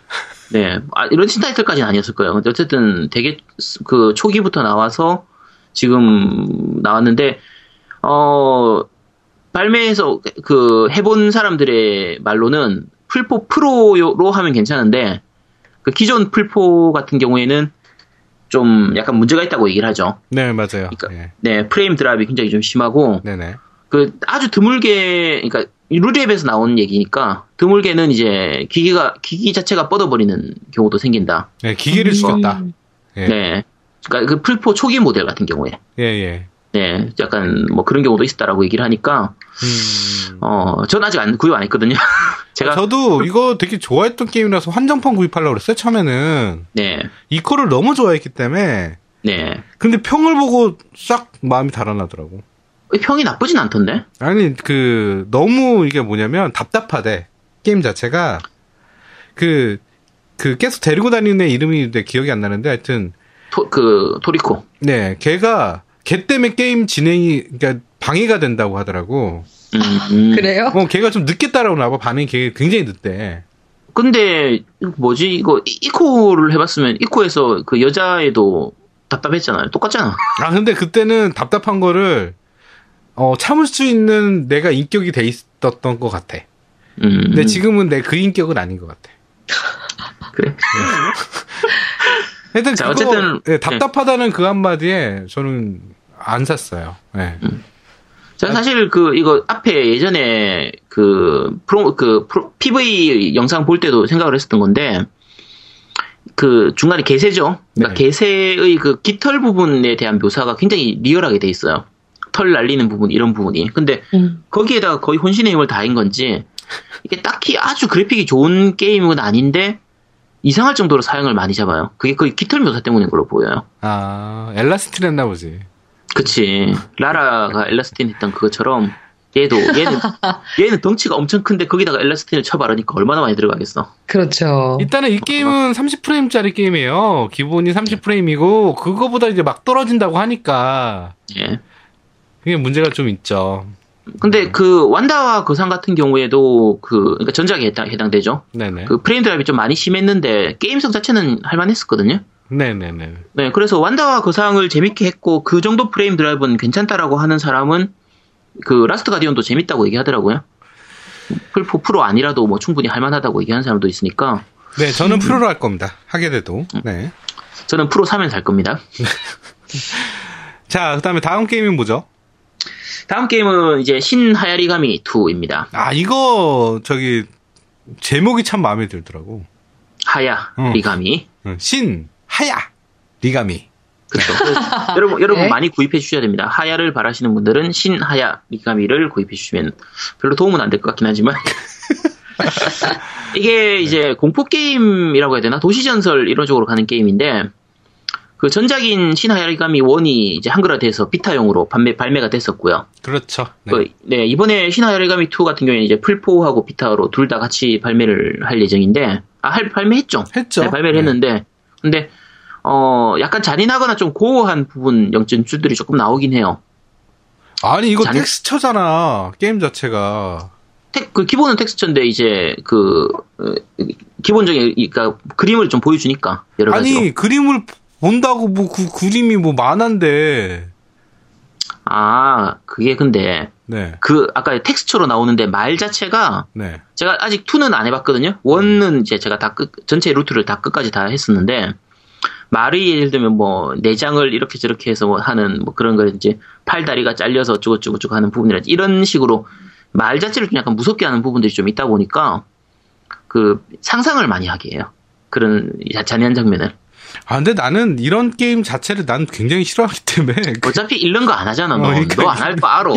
C: 네, 아, 런칭 타이틀까지는 아니었을 거예요. 근데 어쨌든 되게 스- 그 초기부터 나와서 지금 나왔는데 어 발매해서 그 해본 사람들의 말로는 풀포 프로로 하면 괜찮은데 그 기존 풀포 같은 경우에는 좀 약간 문제가 있다고 얘기를 하죠.
A: 네, 맞아요.
C: 그러니까-
A: 네.
C: 네, 프레임 드랍이 굉장히 좀 심하고
A: 네네.
C: 그 아주 드물게 그러니까 루리앱에서 나온 얘기니까 드물게는 이제 기기가 기기 자체가 뻗어버리는 경우도 생긴다.
A: 네, 기계를 죽였다.
B: 음.
A: 예.
C: 네. 그러니까 그 풀포 초기 모델 같은 경우에
A: 예, 예.
C: 네, 약간 뭐 그런 경우도 있었다라고 얘기를 하니까
A: 음.
C: 어, 전 아직 안 구입 안 했거든요. 제가 그
A: 저도 이거 되게 좋아했던 게임이라서 한정판 구입하려고 그랬어요, 처음에는.
C: 네,
A: 이코를 너무 좋아했기 때문에.
C: 네.
A: 근데 평을 보고 싹 마음이 달아나더라고.
C: 평이 나쁘진 않던데.
A: 아니, 그, 너무 이게 뭐냐면 답답하대. 게임 자체가. 그, 그 계속 데리고 다니는 애 이름이 내 기억이 안 나는데 하여튼
C: 토, 그 토리코.
A: 네, 걔가 걔 때문에 게임 진행이 그러니까 방해가 된다고 하더라고.
C: 음, 음.
B: 아, 그래요?
A: 어, 걔가 좀 늦게 따라오나 봐. 반응이 걔 굉장히 늦대.
C: 근데 뭐지 이거 이- 이코를 해봤으면 이코에서 그 여자애도 답답했잖아요. 똑같잖아.
A: 아, 근데 그때는 답답한 거를 어, 참을 수 있는 내가 인격이 돼 있었던 것 같아.
C: 음.
A: 네, 근데 지금은 내 그 인격은 아닌 것 같아.
C: 그래.
A: 하여튼
C: 자,
A: 그거
C: 어쨌든-
A: 예, 답답하다는 그 한마디에 저는 안 샀어요. 예.
C: 음. 저는 사실 그 이거 앞에 예전에 그 프로 그 프로- PV 영상 볼 때도 생각을 했었던 건데 그 중간에 개세죠. 그러니까
A: 네.
C: 개세의 그 깃털 부분에 대한 묘사가 굉장히 리얼하게 돼 있어요. 털 날리는 부분 이런 부분이. 근데
B: 음.
C: 거기에다가 거의 혼신의 힘을 다인 건지 이게 딱히 아주 그래픽이 좋은 게임은 아닌데 이상할 정도로 사양을 많이 잡아요. 그게 거의 깃털 묘사 때문인 걸로 보여요.
A: 아 엘라스틴 했나 보지.
C: 그치. 라라가 엘라스틴 했던 그것처럼 얘도 얘는 얘는 덩치가 엄청 큰데 거기다가 엘라스틴을 쳐바르니까 얼마나 많이 들어가겠어. 어,
B: 그렇죠.
A: 일단은 이 게임은 30프레임짜리 게임이에요. 기본이
C: 예.
A: 30프레임이고 그거보다 이제 막 떨어진다고 하니까
C: 예.
A: 그게 문제가 좀 있죠.
C: 근데 그 완다와 거상 같은 경우에도 그 그러니까 전작에 해당, 되죠
A: 네네.
C: 그 프레임 드랍이 좀 많이 심했는데 게임성 자체는 할만했었거든요.
A: 네네네.
C: 네, 그래서 완다와 거상을 재밌게 했고 그 정도 프레임 드랍은 괜찮다라고 하는 사람은 그 라스트 가디언도 재밌다고 얘기하더라고요. 풀포 프로 아니라도 뭐 충분히 할만하다고 얘기하는 사람도 있으니까
A: 네, 저는 프로로 할 겁니다. 하게 돼도. 네.
C: 저는 프로 사면 살 겁니다.
A: 자, 그 다음에 다음 게임이 뭐죠?
C: 다음 게임은 이제 신하야리가미 2입니다.
A: 아, 이거, 저기, 제목이 참 마음에 들더라고.
C: 하야리가미.
A: 응, 신, 하야, 리가미.
C: 그렇죠. 여러분 여러분
B: 네.
C: 많이 구입해 주셔야 됩니다. 하야를 바라시는 분들은 신하야리가미를 구입해 주시면 별로 도움은 안 될 것 같긴 하지만 이게 이제 공포 게임이라고 해야 되나 도시 전설 이런 쪽으로 가는 게임인데 그 전작인 신하야리가미 1이 이제 한글화돼서 비타용으로 판매 발매가 됐었고요.
A: 그렇죠. 네.
C: 그, 네, 이번에 신하야리가미 2 같은 경우에는 이제 풀포하고 비타로 둘 다 같이 발매를 할 예정인데, 아, 할, 발매했죠.
A: 했죠.
C: 네, 발매를
A: 네.
C: 했는데, 근데, 어, 약간 잔인하거나 좀 고어한 부분 영진주들이 조금 나오긴 해요.
A: 아니, 이거
C: 잔-
A: 텍스처잖아. 게임 자체가.
C: 텍, 그 기본은 텍스처인데, 이제, 그, 어, 기본적인, 그니까, 그림을 좀 보여주니까, 여러 가지로.
A: 아니, 그림을 본다고 뭐, 그 그림이 뭐 만화인데.
C: 아, 그게 근데,
A: 네,
C: 그, 아까 텍스처로 나오는데, 말 자체가,
A: 네.
C: 제가 아직 2는 안 해봤거든요. 1은 이제 제가 다 끝, 전체 루트를 다 끝까지 다 했었는데, 말이 예를 들면 뭐, 내장을 이렇게 저렇게 해서 뭐 하는 뭐 그런 거라든지, 팔다리가 잘려서 어쩌고저쩌고 저쩌고 하는 부분이라든지, 이런 식으로 말 자체를 좀 약간 무섭게 하는 부분들이 좀 있다 보니까, 그, 상상을 많이 하게 해요. 그런 자- 잔인한 장면을.
A: 아, 근데 나는 이런 게임 자체를 난 굉장히 싫어하기 때문에.
C: 어차피 잃는 거 안 하잖아,
A: 어,
C: 너.
A: 그러니까
C: 너 안 할 거 알아.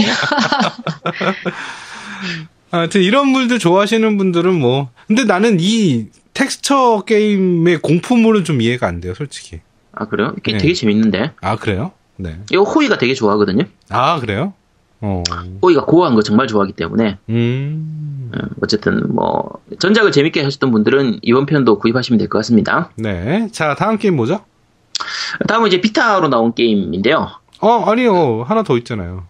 A: 아무튼 이런 물들 좋아하시는 분들은 뭐. 근데 나는 이 텍스처 게임의 공포물은 좀 이해가 안 돼요, 솔직히.
C: 아, 그래요? 이게
A: 네.
C: 되게 재밌는데.
A: 아, 그래요? 네.
C: 이거 호이가 되게 좋아하거든요.
A: 아, 그래요? 어.
C: 호이가 고어한 거 정말 좋아하기 때문에.
A: 음.
C: 음, 어쨌든 뭐 전작을 재밌게 하셨던 분들은 이번 편도 구입하시면 될 것 같습니다.
A: 네. 자, 다음 게임 뭐죠?
C: 다음은 이제 비타로 나온 게임인데요.
A: 어, 아니요. 하나 더 있잖아요.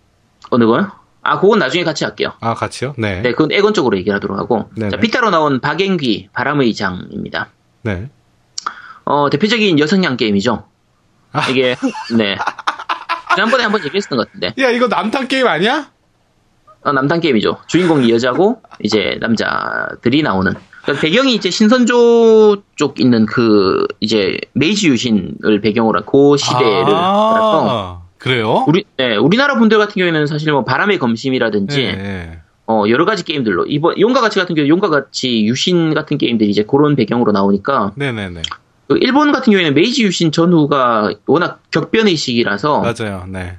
C: 어느 거요? 아, 그건 나중에 같이 할게요.
A: 아, 같이요? 네.
C: 네,
A: 네.
C: 그건 애건 쪽으로 얘기하도록 하고.
A: 네네.
C: 자, 비타로 나온 박앤귀 바람의 장입니다.
A: 네.
C: 어, 대표적인 여성향 게임이죠.
A: 아.
C: 이게 네. 지난번에 한번 얘기했었던 것 같은데.
A: 야, 이거 남탕 게임 아니야?
C: 어, 남단 게임이죠. 주인공이 여자고 이제 남자들이 나오는. 그러니까 배경이 이제 신선조 쪽 있는 그 이제 메이지 유신을 배경으로 한 그 시대를 따라서
A: 아, 그래요?
C: 우리 네, 우리나라 분들 같은 경우에는 사실 뭐 바람의 검심이라든지
A: 네, 네.
C: 어, 여러 가지 게임들로 이번 용과 같이 같은 경우 용과 같이 유신 같은 게임들이 이제 그런 배경으로 나오니까
A: 네네네.
C: 그 일본 같은 경우에는 메이지 유신 전후가 워낙 격변의 시기라서
A: 맞아요. 네.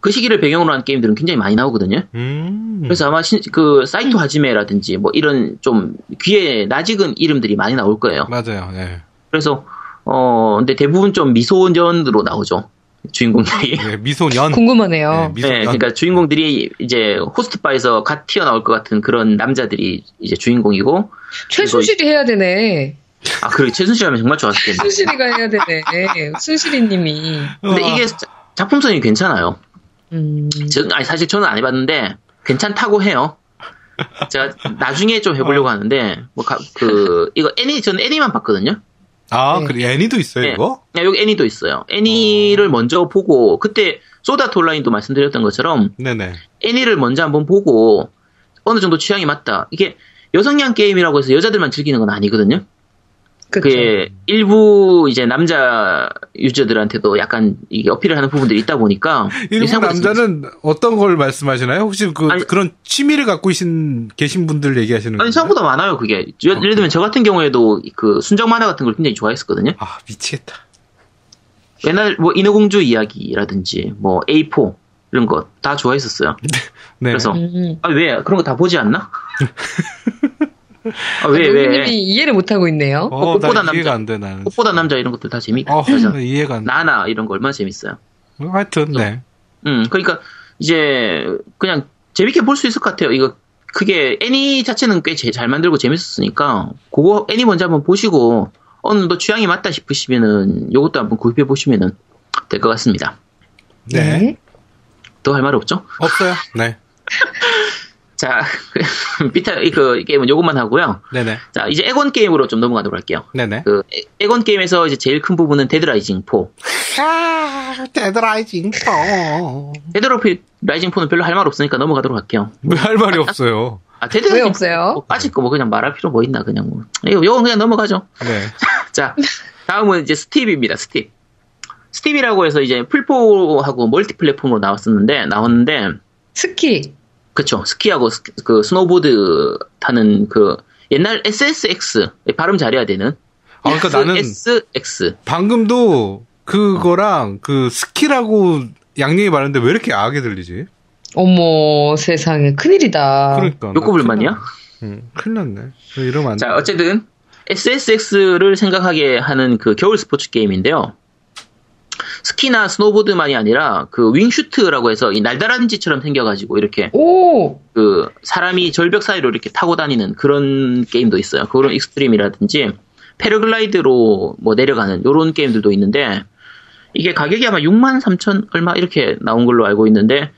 C: 그 시기를 배경으로 한 게임들은 굉장히 많이 나오거든요.
A: 음.
C: 그래서 아마 신- 그 사이토 하지메라든지 뭐 이런 좀 귀에 낯익은 이름들이 많이 나올 거예요.
A: 맞아요. 네.
C: 그래서 어 근데 대부분 좀 미소년으로 나오죠 주인공들이.
A: 네, 미소년. 네,
B: 궁금하네요.
A: 미소년.
C: 네, 그러니까 주인공들이 이제 호스트바에서 갓 튀어나올 것 같은 그런 남자들이 이제 주인공이고,
B: 최순실이 해야 되네.
C: 아, 그리고 최순실 하면 정말 좋았을 텐데.
B: 순실이가 해야 되네. 순실이님이.
C: 근데
A: 어. 아.
C: 이게 자- 작품성이 괜찮아요.
B: 음.
C: 저- 아니, 사실 저는 안 해봤는데, 괜찮다고 해요. 제가 나중에 좀
A: 어.
C: 해보려고 하는데, 뭐, 가- 그, 이거 애니, 저는 애니만 봤거든요.
A: 아,
B: 네.
A: 그래. 애니도 있어요,
C: 네.
A: 이거?
C: 야, 여기 애니도 있어요. 애니를 먼저 보고, 그때 소다톨라인도 말씀드렸던 것처럼,
A: 네네.
C: 애니를 먼저 한번 보고 어느 정도 취향이 맞다. 이게 여성향 게임이라고 해서 여자들만 즐기는 건 아니거든요.
B: 그쵸.
C: 그게 일부 이제 남자 유저들한테도 약간 이게 어필을 하는 부분들이 있다 보니까 이게
A: 일부
C: 생각보다
A: 남자는 어떤 걸 말씀하시나요? 혹시 그
C: 아니-
A: 그런 취미를 갖고 계신 계신 분들 얘기하시는
C: 아니
A: 건가요?
C: 생각보다 많아요 그게 예- 예를 들면 저 같은 경우에도 그 순정 만화 같은 걸 굉장히 좋아했었거든요
A: 아 미치겠다.
C: 옛날 뭐 인어공주 이야기라든지 뭐 A4 이런 거 다 좋아했었어요
A: 네.
C: 그래서
B: 음.
C: 아 왜 그런 거 다 보지 않나 아왜 왜
B: 노우님이 이해를 못하고 있네요.
A: 어, 나
C: 꽃보다
A: 이해가
C: 남자.
A: 안 돼, 나는.
C: 꽃보다 남자 이런 것들 다 재밌고
A: 어,
C: 그래서
A: 나 이해가 안 돼.
C: 나나 이런 거 얼마나 재밌어요
A: 하여튼, 네.
C: 음, 그러니까 이제 그냥 재밌게 볼 수 있을 것 같아요. 이거 그게 애니 자체는 꽤 잘 만들고 재밌었으니까 그거 애니 먼저 한번 보시고 어느 정도 취향이 맞다 싶으시면은 요것도 한번 구입해 보시면은 될 것 같습니다.
A: 네.
C: 더 할 말 없죠?
A: 없어요? 네.
C: 자, 비타 그 게임은 요것만 하고요.
A: 네네.
C: 자, 이제 에곤 게임으로 좀 넘어가도록 할게요.
A: 네네.
C: 그 에- 에곤 게임에서 이제 제일 큰 부분은 데드 라이징 4.
A: 아, 뭐, 데드라이징 포.
C: 데드 라이징 4는 별로 할 말 없으니까 넘어가도록 할게요.
A: 왜할 말이 없어요?
C: 아, 데드
B: 왜
C: 라이징
B: 없어요?
C: 뭐 빠질 거 뭐 그냥 말할 필요 뭐 있나 그냥 뭐 이거 요건 그냥 넘어가죠.
A: 네.
C: 자 다음은 이제 스티브입니다. 스티브. 스티브라고 해서 이제 풀포하고 멀티 플랫폼으로 나왔었는데 나왔는데
B: 스키.
C: 그쵸 스키하고 스, 그 스노보드 타는 그 옛날 SSX 발음 잘해야 되는
A: 아, 그러니까 나는
C: SSX
A: 방금도 그거랑 그 스키라고 양양이 말하는데 왜 이렇게 아하게 들리지?
B: 어머 세상에 큰일이다.
A: 그러니까. 나
C: 욕구불만이야?
A: 큰일 났- 응, 큰일 났네. 이러면 안 돼.
C: 자 어쨌든 SSX를 생각하게 하는 그 겨울 스포츠 게임인데요. 스키나 스노보드만이 아니라 그 윙슈트라고 해서 이 날다람쥐처럼 생겨가지고 이렇게
B: 오
C: 그 사람이 절벽 사이로 이렇게 타고 다니는 그런 게임도 있어요. 그런 익스트림이라든지 패러글라이드로 뭐 내려가는 이런 게임들도 있는데 이게 가격이 아마 6만 3천 얼마 이렇게 나온 걸로 알고 있는데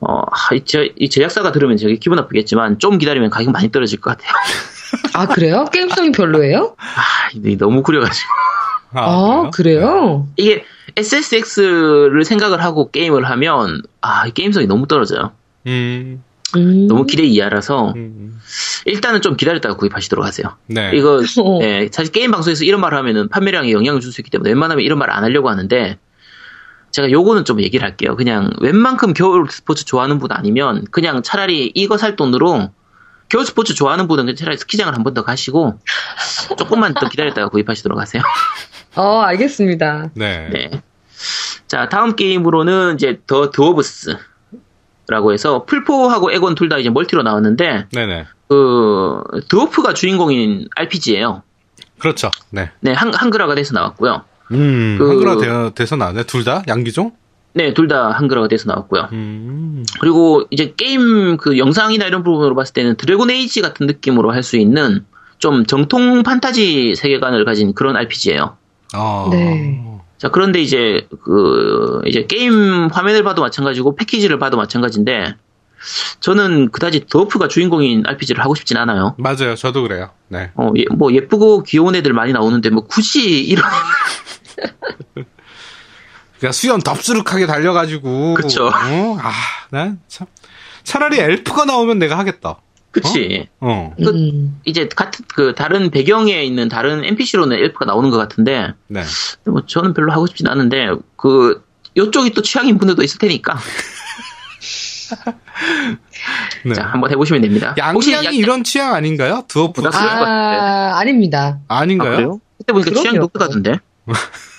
C: 어, 하, 이, 제, 이 제작사가 들으면 되게 기분 나쁘겠지만 좀 기다리면 가격 많이 떨어질 것 같아요.
B: 아 그래요? 게임성이 별로예요?
C: 아, 이 너무 구려가지고
B: 아, 그래요?
C: 이게 SSX를 생각을 하고 게임을 하면 아, 이 게임성이 너무 떨어져요.
A: 음,
B: 음.
C: 너무 기대 이하라서
A: 음, 음.
C: 일단은 좀 기다렸다가 구입하시도록 하세요.
A: 네.
C: 이거
B: 어.
C: 예, 사실 게임 방송에서 이런 말을 하면은 판매량에 영향을 줄 수 있기 때문에 웬만하면 이런 말 안 하려고 하는데 제가 요거는 좀 얘기를 할게요. 그냥 웬만큼 겨울 스포츠 좋아하는 분 아니면 그냥 차라리 이거 살 돈으로 겨울 스포츠 좋아하는 분은 그냥 차라리 스키장을 한 번 더 가시고 조금만 더 기다렸다가 구입하시도록 하세요.
B: 어, 알겠습니다.
A: 네.
C: 네. 자 다음 게임으로는 이제 더 드워브스라고 해서 풀포하고 에곤 둘 다 이제 멀티로 나왔는데
A: 네네.
C: 그 드워프가 주인공인 RPG예요.
A: 그렇죠. 네.
C: 네 한, 한글화가 돼서 나왔고요.
A: 음,
C: 그-
A: 한글화 되, 돼서 나왔네. 둘 다? 양기종?
C: 네, 둘 다 한글화가 돼서 나왔고요.
A: 음,
C: 그리고 이제 게임 그 영상이나 이런 부분으로 봤을 때는 드래곤 에이지 같은 느낌으로 할 수 있는 좀 정통 판타지 세계관을 가진 그런 RPG예요.
A: 아.
B: 네.
C: 자, 그런데 이제 그 이제 게임 화면을 봐도 마찬가지고 패키지를 봐도 마찬가지인데 저는 그다지 더프가 주인공인 RPG를 하고 싶진 않아요.
A: 맞아요. 저도 그래요. 네.
C: 어, 예, 뭐 예쁘고 귀여운 애들 많이 나오는데 뭐 굳이 이런
A: 그냥 그러니까 수염 덥수룩하게 달려가지고.
C: 그쵸.
A: 어? 아, 난 참. 차라리 엘프가 나오면 내가 하겠다.
C: 그치?
A: 어.
C: 끝.
B: 음.
C: 이제 같은 그 다른 배경에 있는 다른 NPC로는 엘프가 나오는 것 같은데
A: 네.
C: 뭐 저는 별로 하고 싶진 않은데 그 요쪽이 또 취향인 분들도 있을 테니까
A: 네.
C: 자 한번 해보시면 됩니다. 혹시
A: 양양이
C: 야-
A: 이런 취향 아닌가요? 드워프.
C: 나 쓰-
B: 아, 아닙니다.
C: 아,
A: 아닌가요?
C: 그래요? 그때 보니까
B: 그럼요.
C: 취향이 높다던데.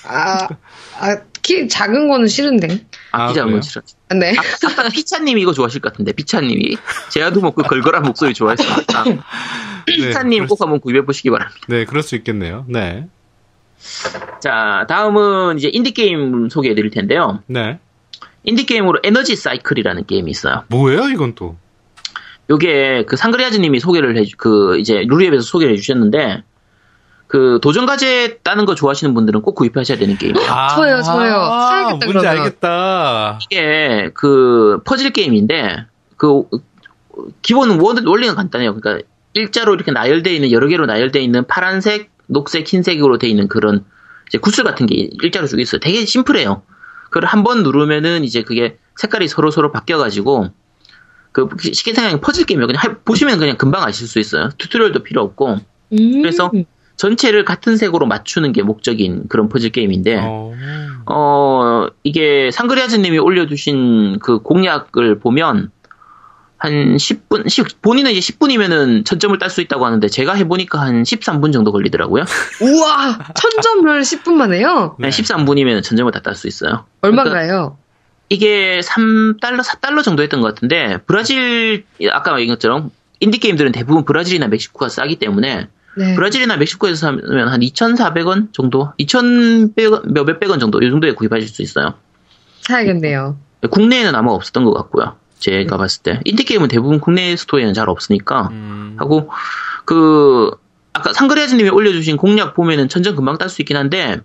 B: 아, 아, 키 작은 거는 싫은데.
A: 아,
C: 아,
A: 그래요?
C: 기자 한번 치러.
B: 네.
C: 아까 피차님이 이거 좋아하실 것 같은데 피차님이 제아도 먹고 걸걸한 목소리 좋아했으니까 피차님
A: 그럴
C: 꼭 한번 구입해 보시기 바랍니다.
A: 네, 그럴 수 있겠네요. 네.
C: 자 다음은 이제 인디 게임 소개해 드릴 텐데요.
A: 네.
C: 인디 게임으로 에너지 사이클이라는 게임이 있어요.
A: 뭐예요, 이건 또?
C: 요게 그 상그리아즈님이 소개를 해주 그 이제 루리앱에서 소개를 해주셨는데 그 도전 과제 따는 거 좋아하시는 분들은 꼭 구입하셔야 되는 게임.
A: 아,
B: 저요, 저요. 사야겠다,
A: 뭔지
B: 그러면.
A: 알겠다.
C: 이게 그 퍼즐 게임인데 그 기본 원- 원리는 간단해요. 그러니까 일자로 이렇게 나열되어 있는 여러 개로 나열되어 있는 파란색, 녹색, 흰색으로 되어 있는 그런 이제 구슬 같은 게 일자로 쭉 있어요. 되게 심플해요. 그걸 한 번 누르면은 이제 그게 색깔이 서로 서로 바뀌어가지고 그 쉽게 생각하면 퍼즐 게임이에요. 그냥 하- 보시면 그냥 금방 아실 수 있어요. 튜토리얼도 필요 없고
B: 음.
C: 그래서 전체를 같은 색으로 맞추는 게 목적인 그런 퍼즐 게임인데
B: 네.
A: 어.
C: 어, 이게 상그리아즈님이 올려주신 그 공약을 보면, 한 10분, 본인은 이제 10분이면은 천점을 딸 수 있다고 하는데, 제가 해보니까 한 13분 정도 걸리더라고요.
B: 우와! 천점을 10분 만에요?
A: 네.
C: 13분이면 천점을 다 딸 수 있어요.
B: 얼마가요?
C: 이게 3달러, 4달러 정도 했던 것 같은데, 브라질, 아까 말한 것처럼, 인디게임들은 대부분 브라질이나 멕시코가 싸기 때문에,
B: 네.
C: 브라질이나 멕시코에서 사면 한 2,400원 정도? 2,000 몇백 원 정도? 이 정도에 구입하실 수 있어요.
B: 사야겠네요.
C: 국내에는 아마 없었던 것 같고요. 제가 봤을 때 인디게임은 대부분 국내 스토어에는 잘 없으니까
A: 음.
C: 하고 그 아까 상그레즈님이 올려주신 공략 보면은 천전 금방 딸 수 있긴 한데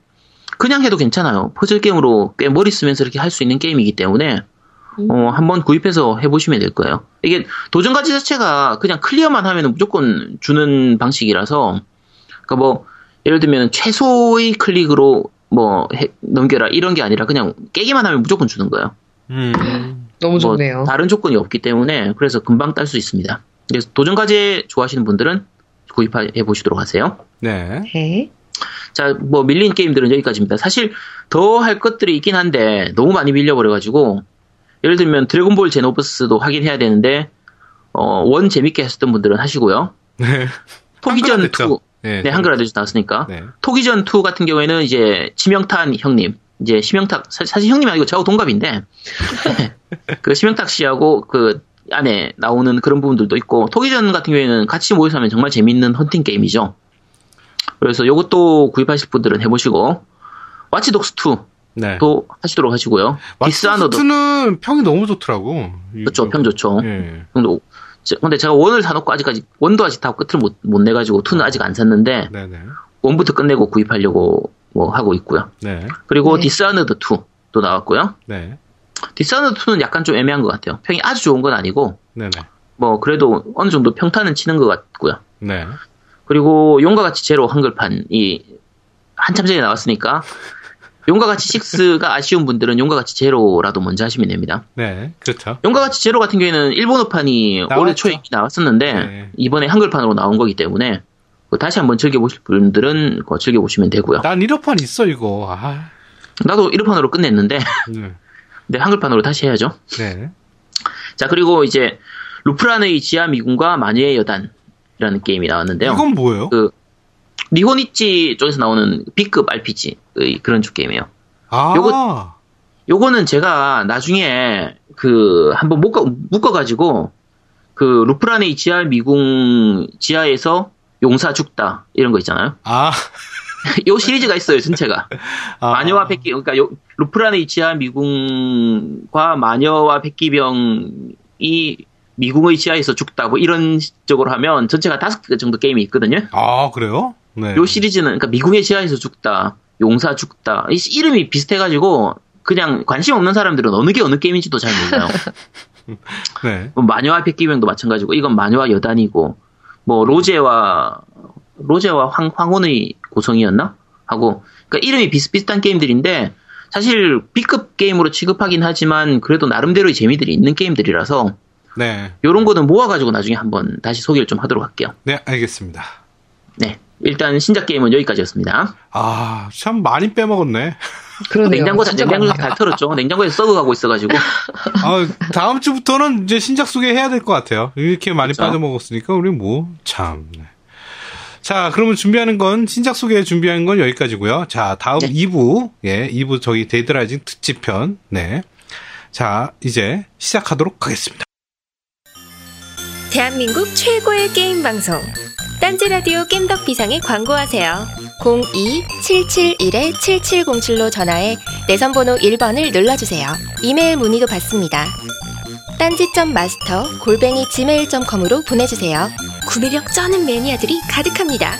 C: 그냥 해도 괜찮아요. 퍼즐 게임으로 꽤 머리 쓰면서 이렇게 할 수 있는 게임이기 때문에 어, 한번 구입해서 해보시면 될 거예요. 이게 도전 가치 자체가 그냥 클리어만 하면 무조건 주는 방식이라서 그러니까 뭐 예를 들면 최소의 클릭으로 뭐 해- 넘겨라 이런 게 아니라 그냥 깨기만 하면 무조건 주는 거예요.
A: 음.
B: 너무
C: 뭐
B: 좋네요.
C: 다른 조건이 없기 때문에 그래서 금방 딸 수 있습니다. 그래서 도전 과제 좋아하시는 분들은 구입해 보시도록 하세요.
A: 네.
B: 네.
C: 자, 뭐 밀린 게임들은 여기까지입니다. 사실 더 할 것들이 있긴 한데 너무 많이 밀려버려가지고 예를 들면 드래곤볼 제노버스도 하긴 해야 되는데 어, 원 재밌게 하셨던 분들은 하시고요.
A: 네.
C: 토기전
A: 한글화 됐죠?
C: 2,
A: 네.
C: 네, 한글화 되서 나왔으니까
A: 네.
C: 토기전 2 같은 경우에는 이제 심영탄 형님, 이제 심영탁 사- 사실 형님이 아니고 저하고 동갑인데 그 심영탁 씨하고 그 안에 나오는 그런 부분들도 있고 토기전 같은 경우에는 같이 모여서 하면 정말 재밌는 헌팅 게임이죠. 그래서 이것도 구입하실 분들은 해보시고 와치독스 2도
A: 네.
C: 하시도록 하시고요. 그 디스아너도
A: 왓슨스는 평이 너무 좋더라고.
C: 그렇죠, 평 좋죠.
A: 예.
C: 형도 저- 근데 제가 원을 사놓고 아직까지 원도 아직 다 끝을 못, 못 내가지고 2는 아직 안 샀는데
A: 네네.
C: 원부터 끝내고 구입하려고 뭐 하고 있고요.
A: 네.
C: 그리고
B: 네.
C: 디스아너드 2도 나왔고요.
A: 네.
C: 디스아너드 2는 약간 좀 애매한 것 같아요. 평이 아주 좋은 건 아니고
A: 네네.
C: 뭐 그래도 어느 정도 평타는 치는 것 같고요.
A: 네.
C: 그리고 용과 같이 제로 한글판이 한참 전에 나왔으니까 용과 같이 6가 아쉬운 분들은 용과 같이 제로라도 먼저 하시면 됩니다.
A: 네. 그렇죠.
C: 용과 같이 제로 같은 경우에는 일본어판이 올해
A: 나왔죠.
C: 초에 이미 나왔었는데
A: 네.
C: 이번에 한글판으로 나온 거기 때문에 그거 다시 한번 즐겨보실 분들은 그거 즐겨보시면 되고요.
A: 난 1호판 있어, 이거. 아.
C: 나도 1호판으로 끝냈는데
A: 네.
C: 근데 한글판으로 다시 해야죠.
A: 네.
C: 자, 그리고 이제 루프란의 지하 미군과 마녀의 여단이라는 게임이 나왔는데요.
A: 이건 뭐예요?
C: 그- 니혼이치 쪽에서 나오는 B급 RPG의 그런 쪽 게임이에요.
A: 아.
C: 요거- 요거는 제가 나중에 그 한번 묶어, 묶어가지고 그 루프란의 지하 미궁 지하에서 용사 죽다 이런 거 있잖아요.
A: 아.
C: 요 시리즈가 있어요 전체가.
A: 아.
C: 마녀와 백기 그러니까 요- 루프란의 지하 미궁과 마녀와 백기병이 미궁의 지하에서 죽다 뭐 이런 쪽으로 하면 전체가 다섯 개 정도 게임이 있거든요.
A: 아, 그래요? 네.
C: 요 시리즈는 그러니까 미궁의 지하에서 죽다, 용사 죽다 이 시- 이름이 비슷해가지고 그냥 관심 없는 사람들은 어느 게 어느 게임인지도 잘 몰라요.
A: 네.
C: 뭐 마녀와 백기병도 마찬가지고 이건 마녀와 여단이고 뭐 로제와 로제와 황, 황혼의 고성이었나 하고 그러니까 이름이 비슷비슷한 게임들인데 사실 B급 게임으로 취급하긴 하지만 그래도 나름대로의 재미들이 있는 게임들이라서
A: 네.
C: 요런 거는 모아가지고 나중에 한번 다시 소개를 좀 하도록 할게요.
A: 네, 알겠습니다.
C: 네. 일단 신작 게임은 여기까지였습니다.
A: 아, 참 많이 빼먹었네.
B: 그러네요.
C: 냉장고 다,
B: 진짜
C: 냉장고
B: 많네요.
C: 다 털었죠. 냉장고에서 썩어가고 있어가지고.
A: 아, 다음 주부터는 이제 신작 소개해야 될 것 같아요. 이렇게 많이
C: 그렇죠.
A: 빠져먹었으니까 우리 뭐 참. 네. 자, 그러면 준비하는 건 신작 소개 준비하는 건 여기까지고요. 자, 다음
C: 네.
A: 2부 예, 2부 저기 데이드라이징 특집편. 네. 자, 이제 시작하도록 하겠습니다.
D: 대한민국 최고의 게임 방송 딴지 라디오 겜덕 비상에 광고하세요. 02-771-7707로 전화해 내선 번호 1번을 눌러 주세요. 이메일 문의도 받습니다. 딴지점 마스터 골뱅이 gmail.com으로 보내 주세요. 구매력 쩌는 매니아들이 가득합니다.